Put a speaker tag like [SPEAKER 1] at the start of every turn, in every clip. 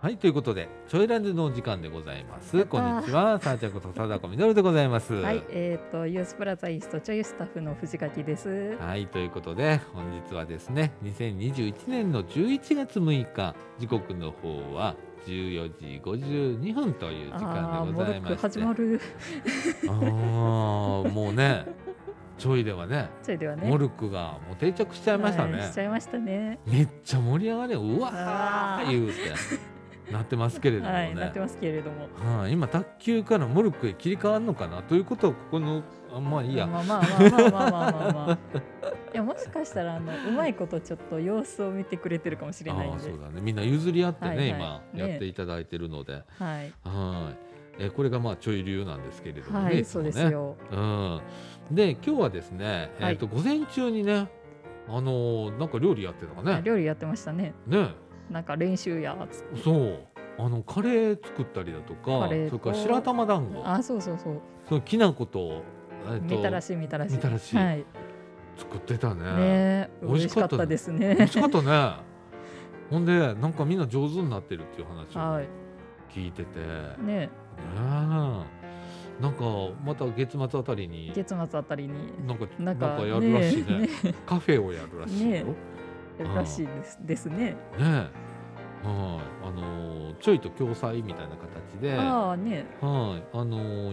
[SPEAKER 1] はい、ということで、ちょいランジのお時間でございます。こんにちは、さあちゃんこと貞子みのるでございます。
[SPEAKER 2] はい、えっ、と、ユースプラザイーストチョイスタッフの藤垣です。
[SPEAKER 1] はい、ということで、本日はですね、2021年の11月6日、時刻の方は14時52分という時間
[SPEAKER 2] あー
[SPEAKER 1] で
[SPEAKER 2] モ
[SPEAKER 1] ご
[SPEAKER 2] ロ
[SPEAKER 1] ざい
[SPEAKER 2] ッ
[SPEAKER 1] ま
[SPEAKER 2] ク
[SPEAKER 1] して
[SPEAKER 2] 始、まる。
[SPEAKER 1] あーもうね、ちょいではね、
[SPEAKER 2] それではね。
[SPEAKER 1] モル
[SPEAKER 2] ル
[SPEAKER 1] ックがもう定着しちゃいましたね。
[SPEAKER 2] しちゃいましたね。
[SPEAKER 1] めっちゃ盛り上がり、うわ
[SPEAKER 2] あ
[SPEAKER 1] ー
[SPEAKER 2] ー
[SPEAKER 1] 言うてなってますけれどもね。
[SPEAKER 2] はい、なってますけれども。
[SPEAKER 1] はい、今卓球からモルックへ切り替わるのかなということをここのあまあいいや、
[SPEAKER 2] まあまあまあまあまあまあまあ、まあ。いや、もしかしたら、あの、うまいことちょっと様子を見てくれてるかもしれない
[SPEAKER 1] あ
[SPEAKER 2] ん
[SPEAKER 1] あ
[SPEAKER 2] で
[SPEAKER 1] そう。だねみんな譲り合ってね、
[SPEAKER 2] はいはい
[SPEAKER 1] 今
[SPEAKER 2] ね
[SPEAKER 1] やっていただいてるので、
[SPEAKER 2] はい。
[SPEAKER 1] はいえーこれがまあちょい流なんですけれどもね、
[SPEAKER 2] はいい、
[SPEAKER 1] つ
[SPEAKER 2] そ
[SPEAKER 1] も
[SPEAKER 2] う
[SPEAKER 1] ね
[SPEAKER 2] ですよ。
[SPEAKER 1] うん、で今日はですね、
[SPEAKER 2] はい
[SPEAKER 1] えー、と午前中にねあのーなんか料理やってたかね
[SPEAKER 2] 料理やってましたね。
[SPEAKER 1] ね
[SPEAKER 2] なんか練習やつって。
[SPEAKER 1] そうあのカレー作ったりだとか
[SPEAKER 2] カ
[SPEAKER 1] そ
[SPEAKER 2] レ
[SPEAKER 1] れ
[SPEAKER 2] ーと
[SPEAKER 1] から白玉団子
[SPEAKER 2] あ、そうそうそう。
[SPEAKER 1] そのきな粉と,、えー、
[SPEAKER 2] みたら
[SPEAKER 1] と
[SPEAKER 2] し、みたらし。
[SPEAKER 1] みたらし
[SPEAKER 2] はい。
[SPEAKER 1] 作ってた
[SPEAKER 2] ね、
[SPEAKER 1] 美味
[SPEAKER 2] 嬉
[SPEAKER 1] し
[SPEAKER 2] し
[SPEAKER 1] か
[SPEAKER 2] か
[SPEAKER 1] っ
[SPEAKER 2] ったたです
[SPEAKER 1] 美
[SPEAKER 2] ね
[SPEAKER 1] 味。しかったね。ほんでなんかみんな上手になってるっていう話
[SPEAKER 2] は
[SPEAKER 1] を
[SPEAKER 2] い。
[SPEAKER 1] 聞いてて、ね
[SPEAKER 2] ね、
[SPEAKER 1] えなんかまた月末あたりに
[SPEAKER 2] 月末あたりに。
[SPEAKER 1] なんかな
[SPEAKER 2] なんん
[SPEAKER 1] か
[SPEAKER 2] か
[SPEAKER 1] やるらしいね
[SPEAKER 2] ね
[SPEAKER 1] カフェをやるらしいよ。ね
[SPEAKER 2] ねらしいですですね。
[SPEAKER 1] えはいあのーちょいと共催みたいな形で、はい
[SPEAKER 2] ああね、
[SPEAKER 1] あの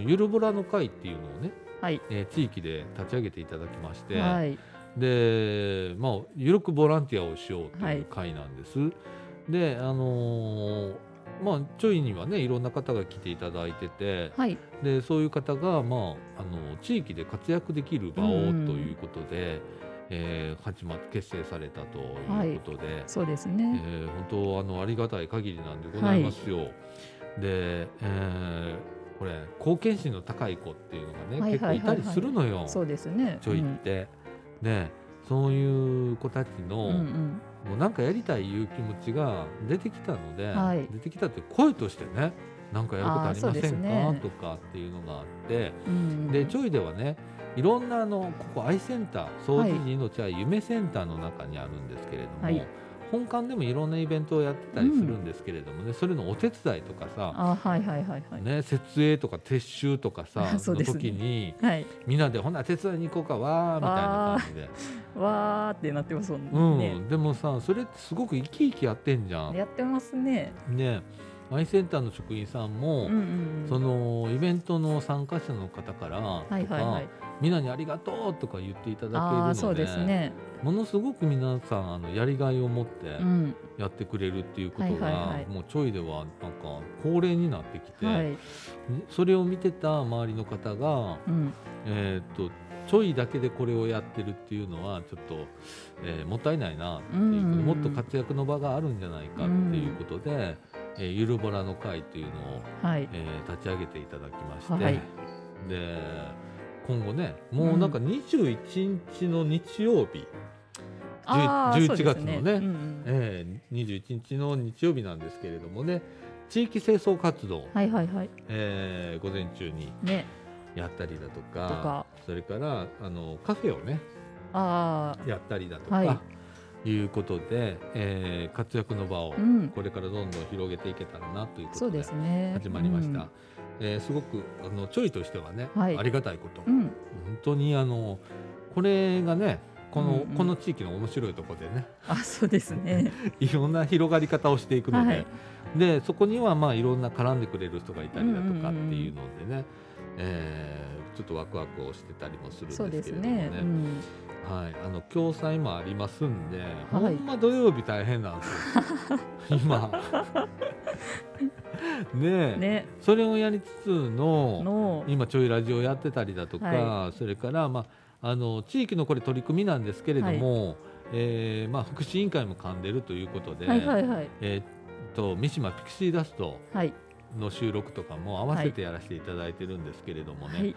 [SPEAKER 1] ーゆるぼらの会っていうのをね、
[SPEAKER 2] はい。
[SPEAKER 1] えー地域で立ち上げていただきまして、
[SPEAKER 2] はい。
[SPEAKER 1] で、まあ、ゆるくボランティアをしようという会なんです。で、あのーまあ、ちょいにはねいろんな方が来ていただいてて
[SPEAKER 2] はい。
[SPEAKER 1] でそういう方が、まあ、あの地域で活躍できる場をと
[SPEAKER 2] うん
[SPEAKER 1] いうことで、えー始まっ結成されたということで、
[SPEAKER 2] そうです
[SPEAKER 1] え
[SPEAKER 2] ね。
[SPEAKER 1] ー本当あのありがたい限りなんでございますよ。で、えーこれ貢献心の高い子っていうのがね、
[SPEAKER 2] はいはいはいはい
[SPEAKER 1] 結構いたりするのよ。
[SPEAKER 2] そうですね。
[SPEAKER 1] ちょいって、でそういう子たち
[SPEAKER 2] う
[SPEAKER 1] の、
[SPEAKER 2] ん。うん
[SPEAKER 1] もうなんかやりたいいう気持ちが出てきたので、
[SPEAKER 2] はい
[SPEAKER 1] 出てきたって声としてねなんかやることありま
[SPEAKER 2] あーそうで
[SPEAKER 1] せ
[SPEAKER 2] す
[SPEAKER 1] んか、
[SPEAKER 2] ね
[SPEAKER 1] とかっていうのがあって、
[SPEAKER 2] うん。うん
[SPEAKER 1] でちょいではねいろんなあのここ愛センター掃除時命は夢センターの中にあるんですけれども、
[SPEAKER 2] はい
[SPEAKER 1] 本館でもいろんなイベントをやってたりするんですけれどもね、それのお手伝いとかさ、
[SPEAKER 2] あはいはいはいはい。
[SPEAKER 1] ね、設営とか撤収とかさ、
[SPEAKER 2] そ
[SPEAKER 1] の
[SPEAKER 2] うですね
[SPEAKER 1] 時に
[SPEAKER 2] はい。
[SPEAKER 1] みんなでほな手伝いに行こうかわーみたいな感じで、
[SPEAKER 2] わーってなってますも
[SPEAKER 1] うん
[SPEAKER 2] んね。
[SPEAKER 1] でもさそれってすごく生き生きやってんじゃん。ね
[SPEAKER 2] やってますね。
[SPEAKER 1] アイセンターの職員さんも、
[SPEAKER 2] うんうんうん。
[SPEAKER 1] そのイベントの参加者の方からとか、
[SPEAKER 2] はいはいはい。
[SPEAKER 1] みんなにありがとうとか言っていた
[SPEAKER 2] あ
[SPEAKER 1] だける
[SPEAKER 2] あそ
[SPEAKER 1] の
[SPEAKER 2] う
[SPEAKER 1] で
[SPEAKER 2] ですね。
[SPEAKER 1] ものすごく皆さんあのやりがいを持って
[SPEAKER 2] うん。
[SPEAKER 1] やってくれるっていうことが、
[SPEAKER 2] はいはいはい
[SPEAKER 1] もうちょいではなんか恒例になってきて、
[SPEAKER 2] はい。
[SPEAKER 1] それを見てた周りの方が
[SPEAKER 2] うん。
[SPEAKER 1] えー、とちょいだけでこれをやってるっていうのはちょっと、えーもったいないなっていう
[SPEAKER 2] うんうんうん
[SPEAKER 1] もっと活躍の場があるんじゃないかっていうことで、えーゆるぼらの会っていうのを、
[SPEAKER 2] はい。
[SPEAKER 1] えー立ち上げていただきまして、
[SPEAKER 2] はい
[SPEAKER 1] で今後ねもうなんか21日の日曜日、
[SPEAKER 2] ああ
[SPEAKER 1] 11
[SPEAKER 2] そうです
[SPEAKER 1] 月のね
[SPEAKER 2] うんうん。
[SPEAKER 1] えー21日の日曜日なんですけれどもね地域清掃活動、
[SPEAKER 2] はいはいはい。
[SPEAKER 1] えー午前中に
[SPEAKER 2] ね。
[SPEAKER 1] やったりだとか
[SPEAKER 2] とか
[SPEAKER 1] それからあのカフェをね
[SPEAKER 2] あ
[SPEAKER 1] やったりだとか、、
[SPEAKER 2] はい
[SPEAKER 1] うことで、えー活躍の場を
[SPEAKER 2] あ。うん。
[SPEAKER 1] これからどんどん広げていけたらなというこ
[SPEAKER 2] そ
[SPEAKER 1] と
[SPEAKER 2] う
[SPEAKER 1] で
[SPEAKER 2] ですね。
[SPEAKER 1] 始まりました。えーすごくあのちょいとしてはね、
[SPEAKER 2] はい
[SPEAKER 1] ありがたいこと、
[SPEAKER 2] うん。うん。
[SPEAKER 1] 本当にあのこれがねこの,、
[SPEAKER 2] うんうん
[SPEAKER 1] この地域の面白いところでね
[SPEAKER 2] あそうです ね。
[SPEAKER 1] いろんな広がり方をしていくので,、
[SPEAKER 2] はい
[SPEAKER 1] でそこにはまあいろんな絡んでくれる人がいたりだとかっていうのでね、えーちょっとワクワクをしてたりもするんです
[SPEAKER 2] そうで
[SPEAKER 1] け
[SPEAKER 2] す
[SPEAKER 1] れども
[SPEAKER 2] ね。
[SPEAKER 1] ね
[SPEAKER 2] う。ん。
[SPEAKER 1] はい、あの共済もありますんで、ほんま土曜日大変なん ですよ今ねえ
[SPEAKER 2] ね。
[SPEAKER 1] それをやりつつの
[SPEAKER 2] の。
[SPEAKER 1] 今ちょいラジオやってたりだとか、
[SPEAKER 2] は
[SPEAKER 1] それから、まあ、あの地域のこれ取り組みなんですけれども、えーまあ、福祉委員会も噛んでるということで、
[SPEAKER 2] はいはいはい。
[SPEAKER 1] えーっと三島ピクシーダスト
[SPEAKER 2] はい。
[SPEAKER 1] の収録とかも合わせてやらせていただいてるんですけれどもね、
[SPEAKER 2] はい。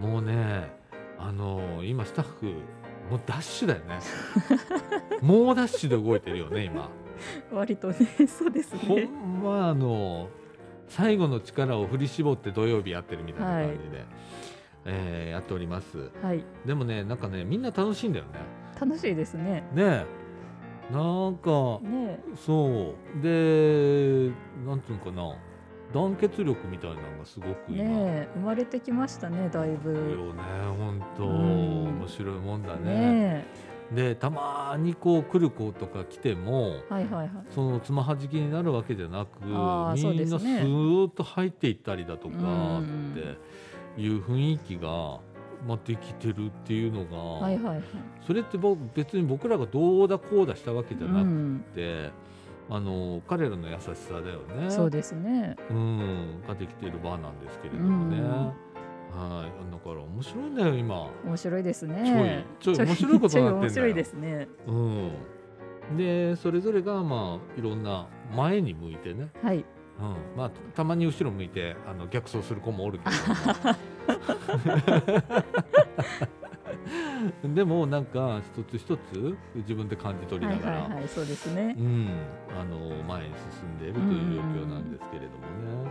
[SPEAKER 1] もうね、あのー今スタッフもうダッシュだよね。 もうダッシュで動いてるよね今。
[SPEAKER 2] 割とね、 そうです
[SPEAKER 1] ほ
[SPEAKER 2] ね。
[SPEAKER 1] んまあの最後の力を振り絞って土曜日やってるみたいな感じで、えーやっております。
[SPEAKER 2] はい、
[SPEAKER 1] でもねなんかねみんな楽しいんだよね。
[SPEAKER 2] 楽しいですね。
[SPEAKER 1] ねなんか
[SPEAKER 2] ね
[SPEAKER 1] そうでなんていうのかな団結力みたいなのがすごく
[SPEAKER 2] え
[SPEAKER 1] 今、
[SPEAKER 2] ねえ生まれてきましたねだい
[SPEAKER 1] いい
[SPEAKER 2] ぶ。
[SPEAKER 1] よね本当、
[SPEAKER 2] うん
[SPEAKER 1] 面白いもんだね。
[SPEAKER 2] ね
[SPEAKER 1] でたまにこう来る子とか来ても
[SPEAKER 2] えはいはいはい。
[SPEAKER 1] そのつまはじきになるわけじゃなくみん
[SPEAKER 2] あ
[SPEAKER 1] な
[SPEAKER 2] ー
[SPEAKER 1] ス
[SPEAKER 2] そうですね
[SPEAKER 1] ーッと入っていったりだとか
[SPEAKER 2] うん
[SPEAKER 1] っていう雰囲気が、まあ、できてるっていうのが、
[SPEAKER 2] はいはいはい。
[SPEAKER 1] それって僕別に僕らがどうだこうだしたわけじ
[SPEAKER 2] う
[SPEAKER 1] ゃなく
[SPEAKER 2] ん、
[SPEAKER 1] て、あの彼らの優しさだよね。
[SPEAKER 2] そうですね。
[SPEAKER 1] うん、ができているバーなんですけれどもね。
[SPEAKER 2] うん
[SPEAKER 1] はい、だから面白いんだよ今。
[SPEAKER 2] 面白いですね。
[SPEAKER 1] ちょいちょい面白いことになってんだよ
[SPEAKER 2] ちょい面白いですね。
[SPEAKER 1] うん。でそれぞれがまあいろんな前に向いてね、
[SPEAKER 2] はい。
[SPEAKER 1] うん、まあたまに後ろ向いてあの逆走する子もおるけど も。でもなんか一つ一つ自分で感じ取り
[SPEAKER 2] は
[SPEAKER 1] ないがら、
[SPEAKER 2] はいはい、そうですね
[SPEAKER 1] う。ん、あの前に進んでいるという状況なんですけれどもね。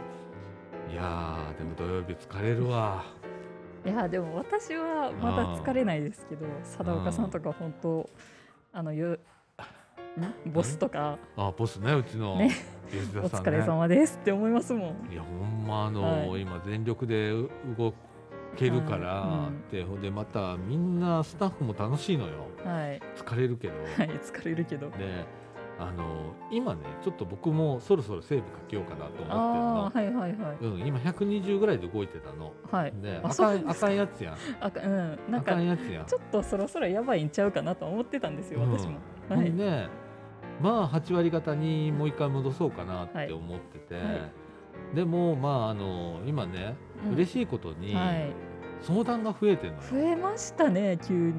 [SPEAKER 1] いやーでも土曜日疲れるわ。
[SPEAKER 2] いやでも私はまだ疲れないですけど、佐田岡さんとか本当あのよんボスとか
[SPEAKER 1] あボスねうちの
[SPEAKER 2] ね
[SPEAKER 1] 吉
[SPEAKER 2] お
[SPEAKER 1] 田さん
[SPEAKER 2] 疲
[SPEAKER 1] ね。
[SPEAKER 2] れ様ですって思いますもん。
[SPEAKER 1] いやほんまあの、
[SPEAKER 2] は
[SPEAKER 1] 今全力で動けるから
[SPEAKER 2] は
[SPEAKER 1] って、ほんでまたみんなスタッフも楽しいのよ
[SPEAKER 2] はい
[SPEAKER 1] 疲れる けど、
[SPEAKER 2] はい疲れるけど。
[SPEAKER 1] であの今ねちょっと僕もそろそろセーブかけようかなと思
[SPEAKER 2] あ
[SPEAKER 1] って
[SPEAKER 2] あはいはいはい
[SPEAKER 1] るの、うん、今120ぐらいで動いてたの。
[SPEAKER 2] はい。
[SPEAKER 1] で
[SPEAKER 2] あ
[SPEAKER 1] あ
[SPEAKER 2] そ
[SPEAKER 1] か
[SPEAKER 2] うなん
[SPEAKER 1] んあ
[SPEAKER 2] です
[SPEAKER 1] か
[SPEAKER 2] か
[SPEAKER 1] んやつやん
[SPEAKER 2] あかうんな
[SPEAKER 1] あ
[SPEAKER 2] ん
[SPEAKER 1] か
[SPEAKER 2] か
[SPEAKER 1] んやつやん。
[SPEAKER 2] ちょっとそろそろやばいんちゃうかなと思ってたんですよ私も。
[SPEAKER 1] うんほ
[SPEAKER 2] はい
[SPEAKER 1] んでまあ8割方にもう一回戻そうかなっ
[SPEAKER 2] は
[SPEAKER 1] て
[SPEAKER 2] い
[SPEAKER 1] 思ってて、
[SPEAKER 2] はい
[SPEAKER 1] でもまああの今ね、嬉しいことに、
[SPEAKER 2] はい
[SPEAKER 1] 相談が増えてるのよ
[SPEAKER 2] 増えましたね急に、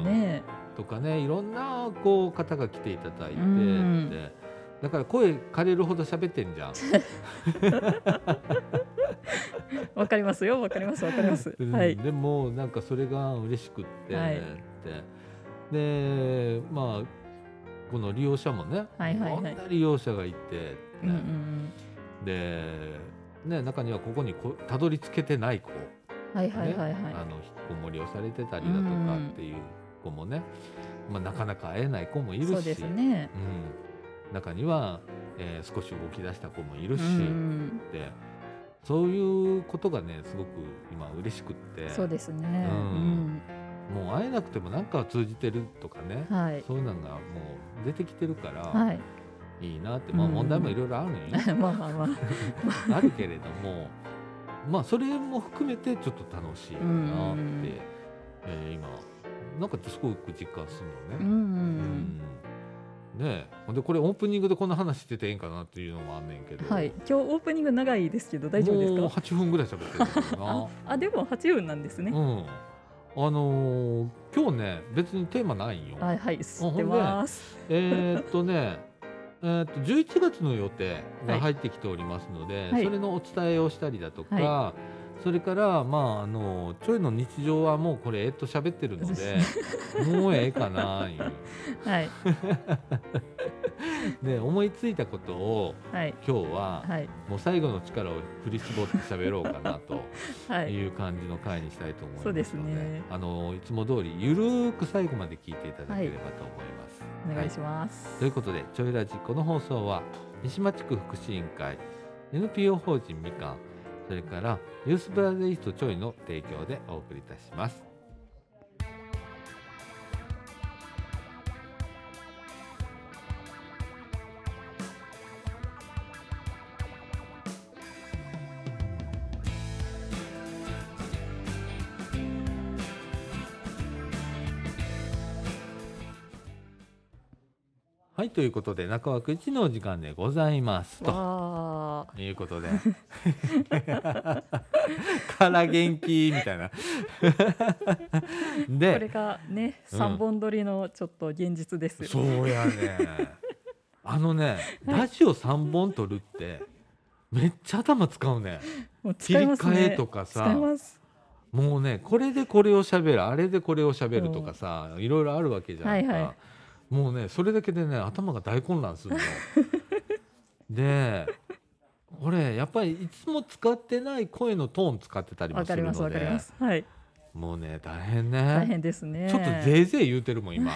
[SPEAKER 1] ん
[SPEAKER 2] ね
[SPEAKER 1] とかねいろんなこう方が来ていただいて、
[SPEAKER 2] うん
[SPEAKER 1] でだから声枯れるほど喋ってんじゃん。
[SPEAKER 2] わかりますよわかりますわかります
[SPEAKER 1] うん
[SPEAKER 2] はい
[SPEAKER 1] でもなんかそれが嬉しくって、
[SPEAKER 2] はい
[SPEAKER 1] ででまあこの利用者もね、
[SPEAKER 2] はいはいはい
[SPEAKER 1] ろんな利用者がいて、
[SPEAKER 2] うんうん
[SPEAKER 1] で、ね、中にはここにこたどり着けてない子、
[SPEAKER 2] うんはいはいはいはい
[SPEAKER 1] ねあの引きこもりをされてたりだとかっていう子もね、まあ、なかなか会えない子もいるし。
[SPEAKER 2] そうですね。
[SPEAKER 1] うん、中には、えー少し動き出した子もいるし、
[SPEAKER 2] うん
[SPEAKER 1] でそういうことがねすごく今嬉しくって
[SPEAKER 2] そうですね。
[SPEAKER 1] う
[SPEAKER 2] うんん、
[SPEAKER 1] もう会えなくてもなんか通じてるとかね、
[SPEAKER 2] はい。
[SPEAKER 1] そういうのがもう出てきてるから、
[SPEAKER 2] はい。
[SPEAKER 1] い、いなって、まあ、
[SPEAKER 2] うん
[SPEAKER 1] 問題もいろいろあるの よ、
[SPEAKER 2] まあまあまあ。
[SPEAKER 1] あるけれどもまあそれも含めてちょっと楽しいかなって、
[SPEAKER 2] うん
[SPEAKER 1] えー今なんかすごく実感するのね。
[SPEAKER 2] うんうん。
[SPEAKER 1] うんねえほんでこれオープニングでこんな話しててええんかなっていうのもあんねんけど、
[SPEAKER 2] はい。今日オープニング長いですけど、大丈夫で
[SPEAKER 1] もう
[SPEAKER 2] すか。
[SPEAKER 1] 8分ぐらい喋ってるんだ
[SPEAKER 2] あ
[SPEAKER 1] よ、
[SPEAKER 2] あ、でも八分なんですね
[SPEAKER 1] な、。うん、あのー今日ね別にテーマないんよ、
[SPEAKER 2] はいはい、知ってます。
[SPEAKER 1] えーっとね えーっと11月の予定が入ってきておりますので、
[SPEAKER 2] はい
[SPEAKER 1] それのお伝えをしたりだとか、
[SPEAKER 2] は
[SPEAKER 1] それからまああのちょいの日常はもうこれえーっと喋ってるの でもうええかないう
[SPEAKER 2] はい。
[SPEAKER 1] で思いついたことを
[SPEAKER 2] はい。
[SPEAKER 1] 今日は
[SPEAKER 2] はい。
[SPEAKER 1] もう最後の力を振り絞って喋ろうかなと
[SPEAKER 2] はい。
[SPEAKER 1] いう感じの回にしたいと思います
[SPEAKER 2] そ
[SPEAKER 1] の
[SPEAKER 2] う
[SPEAKER 1] で
[SPEAKER 2] ですね
[SPEAKER 1] あのいつも通りゆるーく最後まで聞いていただければと思います。
[SPEAKER 2] お願い
[SPEAKER 1] は
[SPEAKER 2] します。
[SPEAKER 1] ということで「ちょいラジ」この放送は三島地区福祉委員会 NPO 法人みかんそれからユースブラゼリストちょいの提供でお送りいたします。はいということで中枠一のお時間でございますと。
[SPEAKER 2] わあ。
[SPEAKER 1] ということで から元気み たいな
[SPEAKER 2] これ
[SPEAKER 1] で
[SPEAKER 2] がね、
[SPEAKER 1] うん
[SPEAKER 2] 三本撮りのちょっと現実です。
[SPEAKER 1] そうやねあのねラジオ3本撮るってめっちゃ頭使うね
[SPEAKER 2] もう使います
[SPEAKER 1] 切り替え
[SPEAKER 2] ね。
[SPEAKER 1] とかさ
[SPEAKER 2] 使います。
[SPEAKER 1] もうねこれでこれをしゃべるあれでこれをしゃべるとかさ、いろいろあるわけじゃないか、
[SPEAKER 2] はいは
[SPEAKER 1] もうねそれだけでね頭が大混乱す るの。でこれやっぱりいつも使ってない声のトーン使ってたりも
[SPEAKER 2] わ
[SPEAKER 1] す
[SPEAKER 2] かり
[SPEAKER 1] る
[SPEAKER 2] ます。
[SPEAKER 1] の
[SPEAKER 2] わかり
[SPEAKER 1] で
[SPEAKER 2] ます。はい。
[SPEAKER 1] もうね大変ね
[SPEAKER 2] 大変ですね。
[SPEAKER 1] ちょっとぜいぜい言うてるもん今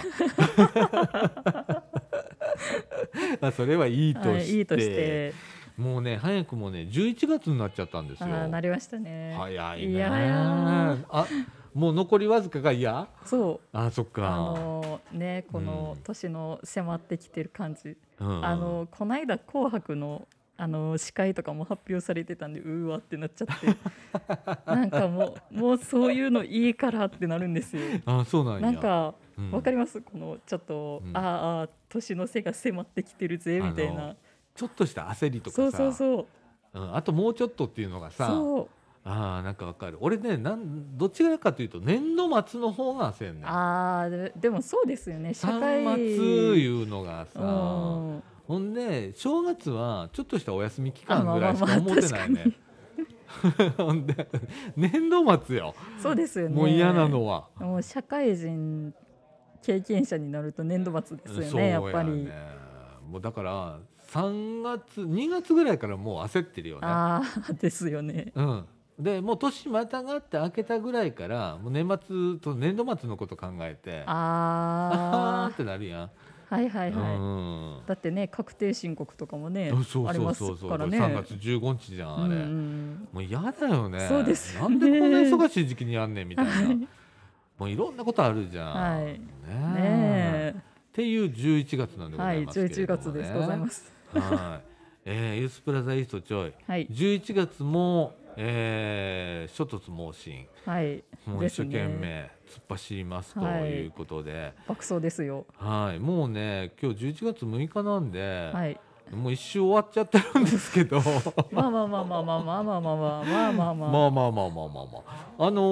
[SPEAKER 1] まあそれはいいと
[SPEAKER 2] はい、
[SPEAKER 1] して,、
[SPEAKER 2] いいとして
[SPEAKER 1] もうね早くもね11月になっちゃったんです
[SPEAKER 2] あ
[SPEAKER 1] よ。
[SPEAKER 2] ーなりましたね、
[SPEAKER 1] 早いね
[SPEAKER 2] いやー
[SPEAKER 1] あもう残りわずかが嫌
[SPEAKER 2] そう
[SPEAKER 1] あそっか、
[SPEAKER 2] あのーねこの
[SPEAKER 1] うん
[SPEAKER 2] 年の迫ってきてる感じ、
[SPEAKER 1] うん
[SPEAKER 2] あのーこないだ「紅白の」あのー司会とかも発表されてたんでうーわってなっちゃ ってなんかもうもうそういうのいいからってなるんですよ。
[SPEAKER 1] あそうなんや
[SPEAKER 2] なんか
[SPEAKER 1] うん
[SPEAKER 2] わかりますこのちょっと、
[SPEAKER 1] うん
[SPEAKER 2] あーあー年の瀬が迫ってきてるぜみたい
[SPEAKER 1] あ
[SPEAKER 2] な
[SPEAKER 1] ちょっとした焦りとかさ
[SPEAKER 2] そうそうそう
[SPEAKER 1] うん、あともうちょっとっていうのがさ
[SPEAKER 2] そう
[SPEAKER 1] あーなんかわかる俺ねなんどっちらかというと年度末の方が焦んねん
[SPEAKER 2] あーででもそうですよね社会
[SPEAKER 1] 3末いうのがさ、
[SPEAKER 2] うん
[SPEAKER 1] ほんで正月はちょっとしたお休み期
[SPEAKER 2] あ
[SPEAKER 1] 間
[SPEAKER 2] まあ
[SPEAKER 1] ぐらいしか
[SPEAKER 2] まあまあ
[SPEAKER 1] 思ってないね。 ほんで年度末よ
[SPEAKER 2] そうですよね
[SPEAKER 1] もう嫌なのは。
[SPEAKER 2] もう社会人経験者になると年度末ですよね
[SPEAKER 1] そうや
[SPEAKER 2] やっぱり、
[SPEAKER 1] ねもうだから3月2月ぐらいからもう焦ってるよね。
[SPEAKER 2] ああですよね
[SPEAKER 1] うん、でもう年またがって明けたぐらいからもう年末と年度末のこと考えてあ
[SPEAKER 2] あ
[SPEAKER 1] ーってなるやん。
[SPEAKER 2] あはいはいはい、
[SPEAKER 1] うん
[SPEAKER 2] だってね確定申告とかもね
[SPEAKER 1] あそう
[SPEAKER 2] あり
[SPEAKER 1] そう
[SPEAKER 2] ます
[SPEAKER 1] そうそう、
[SPEAKER 2] からね
[SPEAKER 1] 3月15日じゃんあれ、
[SPEAKER 2] うんうん
[SPEAKER 1] もう嫌だよね
[SPEAKER 2] そうですよ
[SPEAKER 1] な
[SPEAKER 2] ね
[SPEAKER 1] んでこんな忙しい時期にやんねんみたいな、
[SPEAKER 2] はい
[SPEAKER 1] もういろんなことあるじゃん、
[SPEAKER 2] はい
[SPEAKER 1] ね
[SPEAKER 2] うん
[SPEAKER 1] え
[SPEAKER 2] ね
[SPEAKER 1] っていう11月なん
[SPEAKER 2] え
[SPEAKER 1] でご
[SPEAKER 2] は
[SPEAKER 1] ざ
[SPEAKER 2] い
[SPEAKER 1] いますけれども、
[SPEAKER 2] 11
[SPEAKER 1] ね
[SPEAKER 2] 月ですございますす
[SPEAKER 1] はい、 えー、ユースプラザイーストちょい
[SPEAKER 2] はい
[SPEAKER 1] 11月も、えー、諸突猛進
[SPEAKER 2] はい
[SPEAKER 1] もう
[SPEAKER 2] で
[SPEAKER 1] 一
[SPEAKER 2] す
[SPEAKER 1] 生
[SPEAKER 2] ね
[SPEAKER 1] 懸命突っ走りますと
[SPEAKER 2] はい
[SPEAKER 1] いうことで、はい
[SPEAKER 2] 爆走ですよ
[SPEAKER 1] もうね今日11月6日なんで、
[SPEAKER 2] はい
[SPEAKER 1] もう一周終わっちゃってるんですけど
[SPEAKER 2] まあまあまあまあまあまあまあまあまあまあまあ
[SPEAKER 1] まあま
[SPEAKER 2] まあ
[SPEAKER 1] あまあまあまあまああの